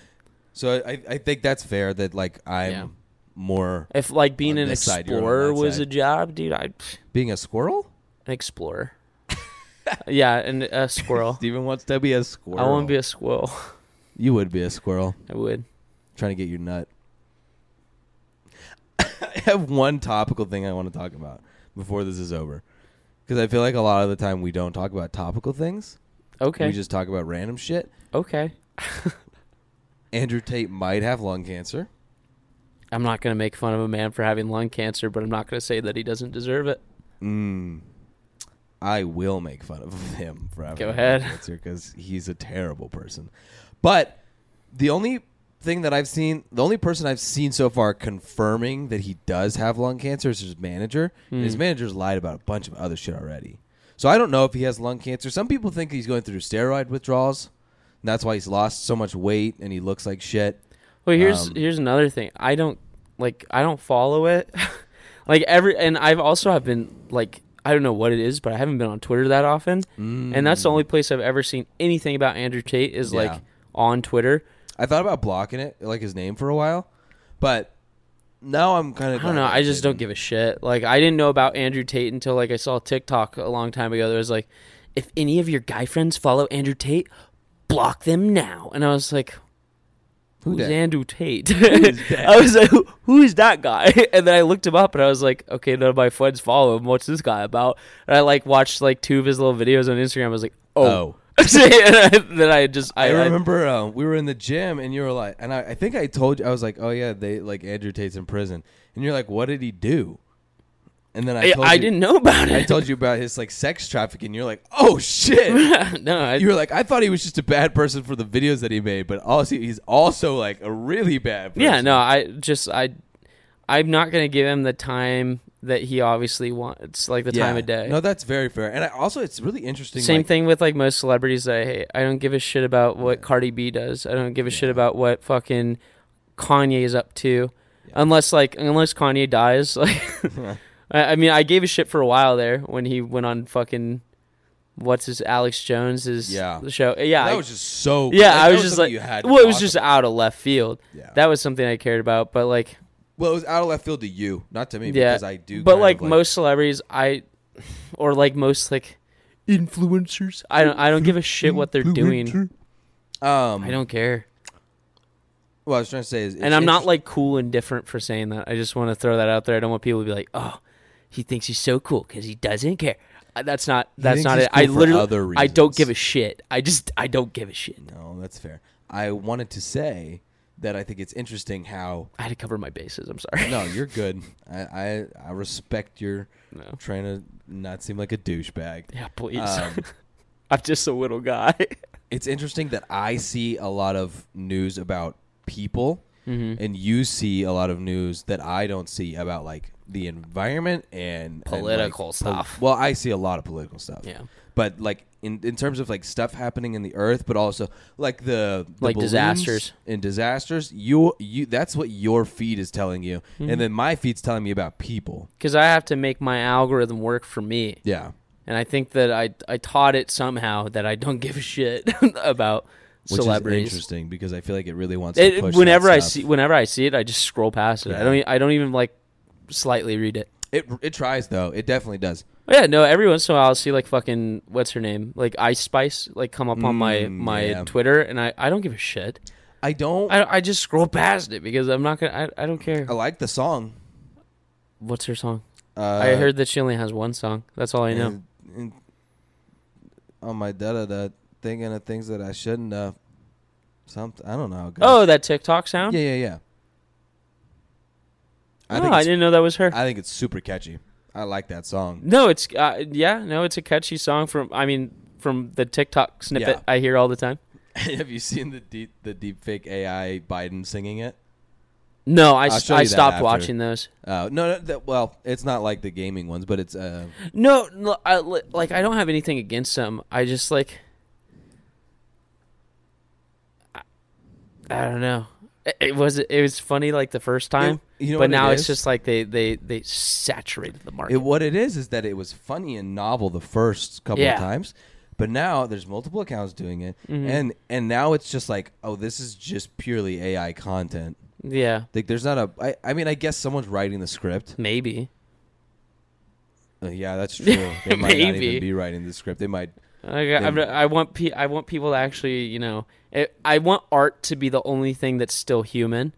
So I, I think that's fair that like I'm
Yeah.
more
If like being
On
an
this side, you're on
explorer
that
was
side.
a job, dude, I'd
being a squirrel.
an explorer. yeah, and a squirrel.
Steven wants to be a squirrel.
I want to be a squirrel.
You would be a squirrel
I would.
trying to get your nut. I have one topical thing I want to talk about before this is over, because I feel like a lot of the time we don't talk about topical things.
Okay.
We just talk about random shit.
okay.
Andrew Tate might have lung cancer.
I'm not gonna make fun of a man for having lung cancer, but I'm not gonna say that he doesn't deserve it.
Mm. I will make fun of him forever.
Go ahead.
Because he's a terrible person. But the only thing that I've seen, the only person I've seen so far confirming that he does have lung cancer is his manager.
Hmm.
And his manager's lied about a bunch of other shit already. So I don't know if he has lung cancer. Some people think he's going through steroid withdrawals. And that's why he's lost so much weight and he looks like shit.
Well, here's
Um,
here's another thing. I don't like I don't follow it. like every and I've also have been like I don't know what it is, but I haven't been on Twitter that often. And that's the only place I've ever seen anything about Andrew Tate is
Mm. Yeah.
like on Twitter.
I thought about blocking it, like his name for a while. But now I'm kind of.
I don't know. I just don't give a shit. Like I didn't know about Andrew Tate until like I saw a TikTok a long time ago that was like, if any of your guy friends follow Andrew Tate, block them now. And I was like,
Who
Who's
dat?
Andrew Tate? I was like, "Who- who is that guy? And then I looked him up and I was like, okay, none of my friends follow him. What's this guy about? And I like watched like two of his little videos on Instagram. I was like, oh.
Oh.
And I- then I just I,
I
I-
remember uh, we were in the gym and you were like, and I, I think I told you, I was like, oh yeah, they like Andrew Tate's in prison, and you're like, what did he do? And then I,
I,
told
I
you,
didn't know about
I
it.
told you about his like sex trafficking. You're like, oh shit.
no, I,
You were like, I thought he was just a bad person for the videos that he made, but also he's also like a really bad. person.
yeah, no, I just I I'm not gonna give him the time that he obviously wants, like the
Yeah.
time of day.
No, that's very fair. And I, also, it's really interesting.
Same
like,
thing with like most celebrities that I hate. I don't give a shit about what Cardi B does. I don't give a shit about what fucking Kanye is up to, unless like unless Kanye dies. Like, I, I mean, I gave a shit for a while there when he went on fucking what's his Alex Jones is
Yeah.
the show. Yeah,
That
I-
was just so.
yeah.
that
I was just
something
like,
you had. to
well, it was
talk
just
about.
out of left field.
Yeah.
That was something I cared about, but like,
Well, it was out of left field to you, not to me, because I do.
But
kind of,
like, most celebrities, I or like most like influencers, I don't. I don't give a shit what they're doing.
um,
I don't care.
What I was trying to say is, it's
And I'm not
interest-
like cool and different for saying that. I just want to throw that out there. I don't want people to be like, oh, he thinks he's so cool because he doesn't care. Uh, That's not. That's
thinks
not
he's
it. I
cool for
literally.
other
I don't
reasons.
give a shit. I just. I don't give a shit.
No, that's fair. I wanted to say that I think it's interesting how.
I had to cover my bases. I'm sorry.
No, you're good. I I, I respect your
No.
trying to not seem like a douchebag.
Yeah, please.
Um,
I'm just a little guy.
it's interesting that I see a lot of news about people,
Mm-hmm.
and you see a lot of news that I don't see about like the environment and and, like,
Political stuff.
well, I see a lot of political stuff.
Yeah.
but like in in terms of like stuff happening in the earth, but also like the, the
Like
balloons
disasters.
and disasters. You you that's what your feed is telling you,
Mm-hmm.
and then my feed's telling me about people.
Because I have to make my algorithm work for me.
Yeah.
And I think that I I taught it somehow that I don't give a shit about
Which
celebrities.
is interesting because I feel like it really wants
It-
to push that
whenever I
stuff.
see whenever I see it, I just scroll past it. I
Yeah.
don't e- I don't even like slightly read it.
it it tries though it definitely does
Oh, yeah, no. Every once in a while, I'll see like fucking what's her name, like Ice Spice, like come up on my
Mm,
my
yeah.
Twitter, and I I don't give a shit.
I don't
I I just scroll past it because I'm not gonna. I, I don't care.
I like the song.
What's her song?
Uh,
I heard that she only has one song. That's all I know.
and- and on my da da da, thinking of things that I shouldn't have. Something I don't know. how it goes.
oh, that TikTok sound.
yeah, yeah, yeah. I
oh,
think
I
it's,
didn't know that was her.
I think it's super catchy. I like that song.
No, it's uh, yeah, no, it's a catchy song from I mean from the TikTok snippet
Yeah.
I hear all the time.
have you seen the deep the deep fake AI Biden singing it?
No, I,
I'll
s-
show
I
you that
stopped
after.
watching those.
Uh, no, no that, well, it's not like the gaming ones, but it's uh,
No, no I, li- like I don't have anything against them. I just like I, I don't know. It, it was it was funny like the first time,
you know
but
what it
now it's
is?
just like they they they saturated the market.
It, what it is is that it was funny and novel the first couple
Yeah. Mm-hmm.
of times, but now there's multiple accounts doing it, and and now it's just like, oh, this is just purely AI content.
Yeah,
Like, there's not a. I, I mean, I guess someone's writing the script.
maybe.
Uh, yeah, that's true. They might not
Maybe.
even be writing the script. They might.
I, I,
Maybe.
I want pe- I want people to actually, you know, it, I want art to be the only thing that's still human.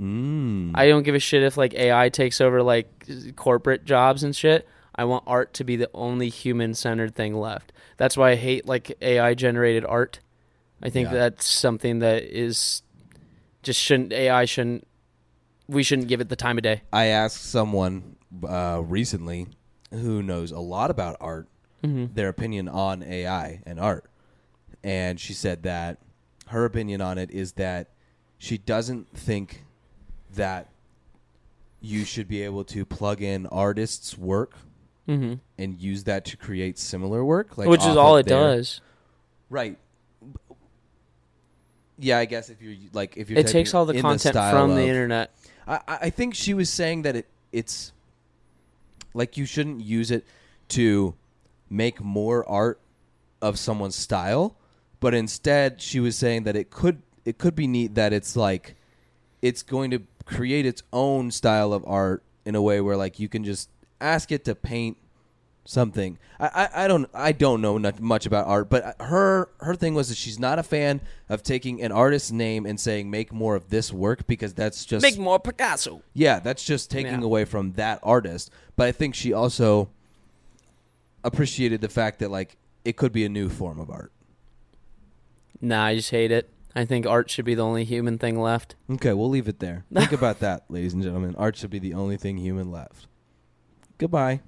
Mm,
I don't give a shit if like AI takes over like s- corporate jobs and shit. I want art to be the only human centered thing left. That's why I hate like AI generated art. I think
Yeah.
that's something that is just shouldn't AI shouldn't we shouldn't give it the time of day.
I asked someone uh, recently who knows a lot about art
Mm-hmm.
their opinion on AI and art. And she said that her opinion on it is that she doesn't think that you should be able to plug in artists' work and use that to create similar work, like
Mm-hmm. Which is
off
all
of
it
their-
does.
Right. Yeah, I guess if you're like if you're
It takes
typing
all the
in
content
style
from the
of-
internet.
I, I I think she was saying that it it's like you shouldn't use it to make more art of someone's style, but instead she was saying that it could it could be neat that it's like it's going to create its own style of art in a way where like you can just ask it to paint something. I, I, I don't I don't know not much about art, but her her thing was that she's not a fan of taking an artist's name and saying make more of this work because that's just
Make more Picasso.
yeah, that's just taking
Yeah.
away from that artist. But I think she also appreciated the fact that like it could be a new form of art.
Nah, I just hate it. I think art should be the only human thing left.
Okay, we'll leave it there. Think about that, ladies and gentlemen. Art should be the only thing human left. Goodbye.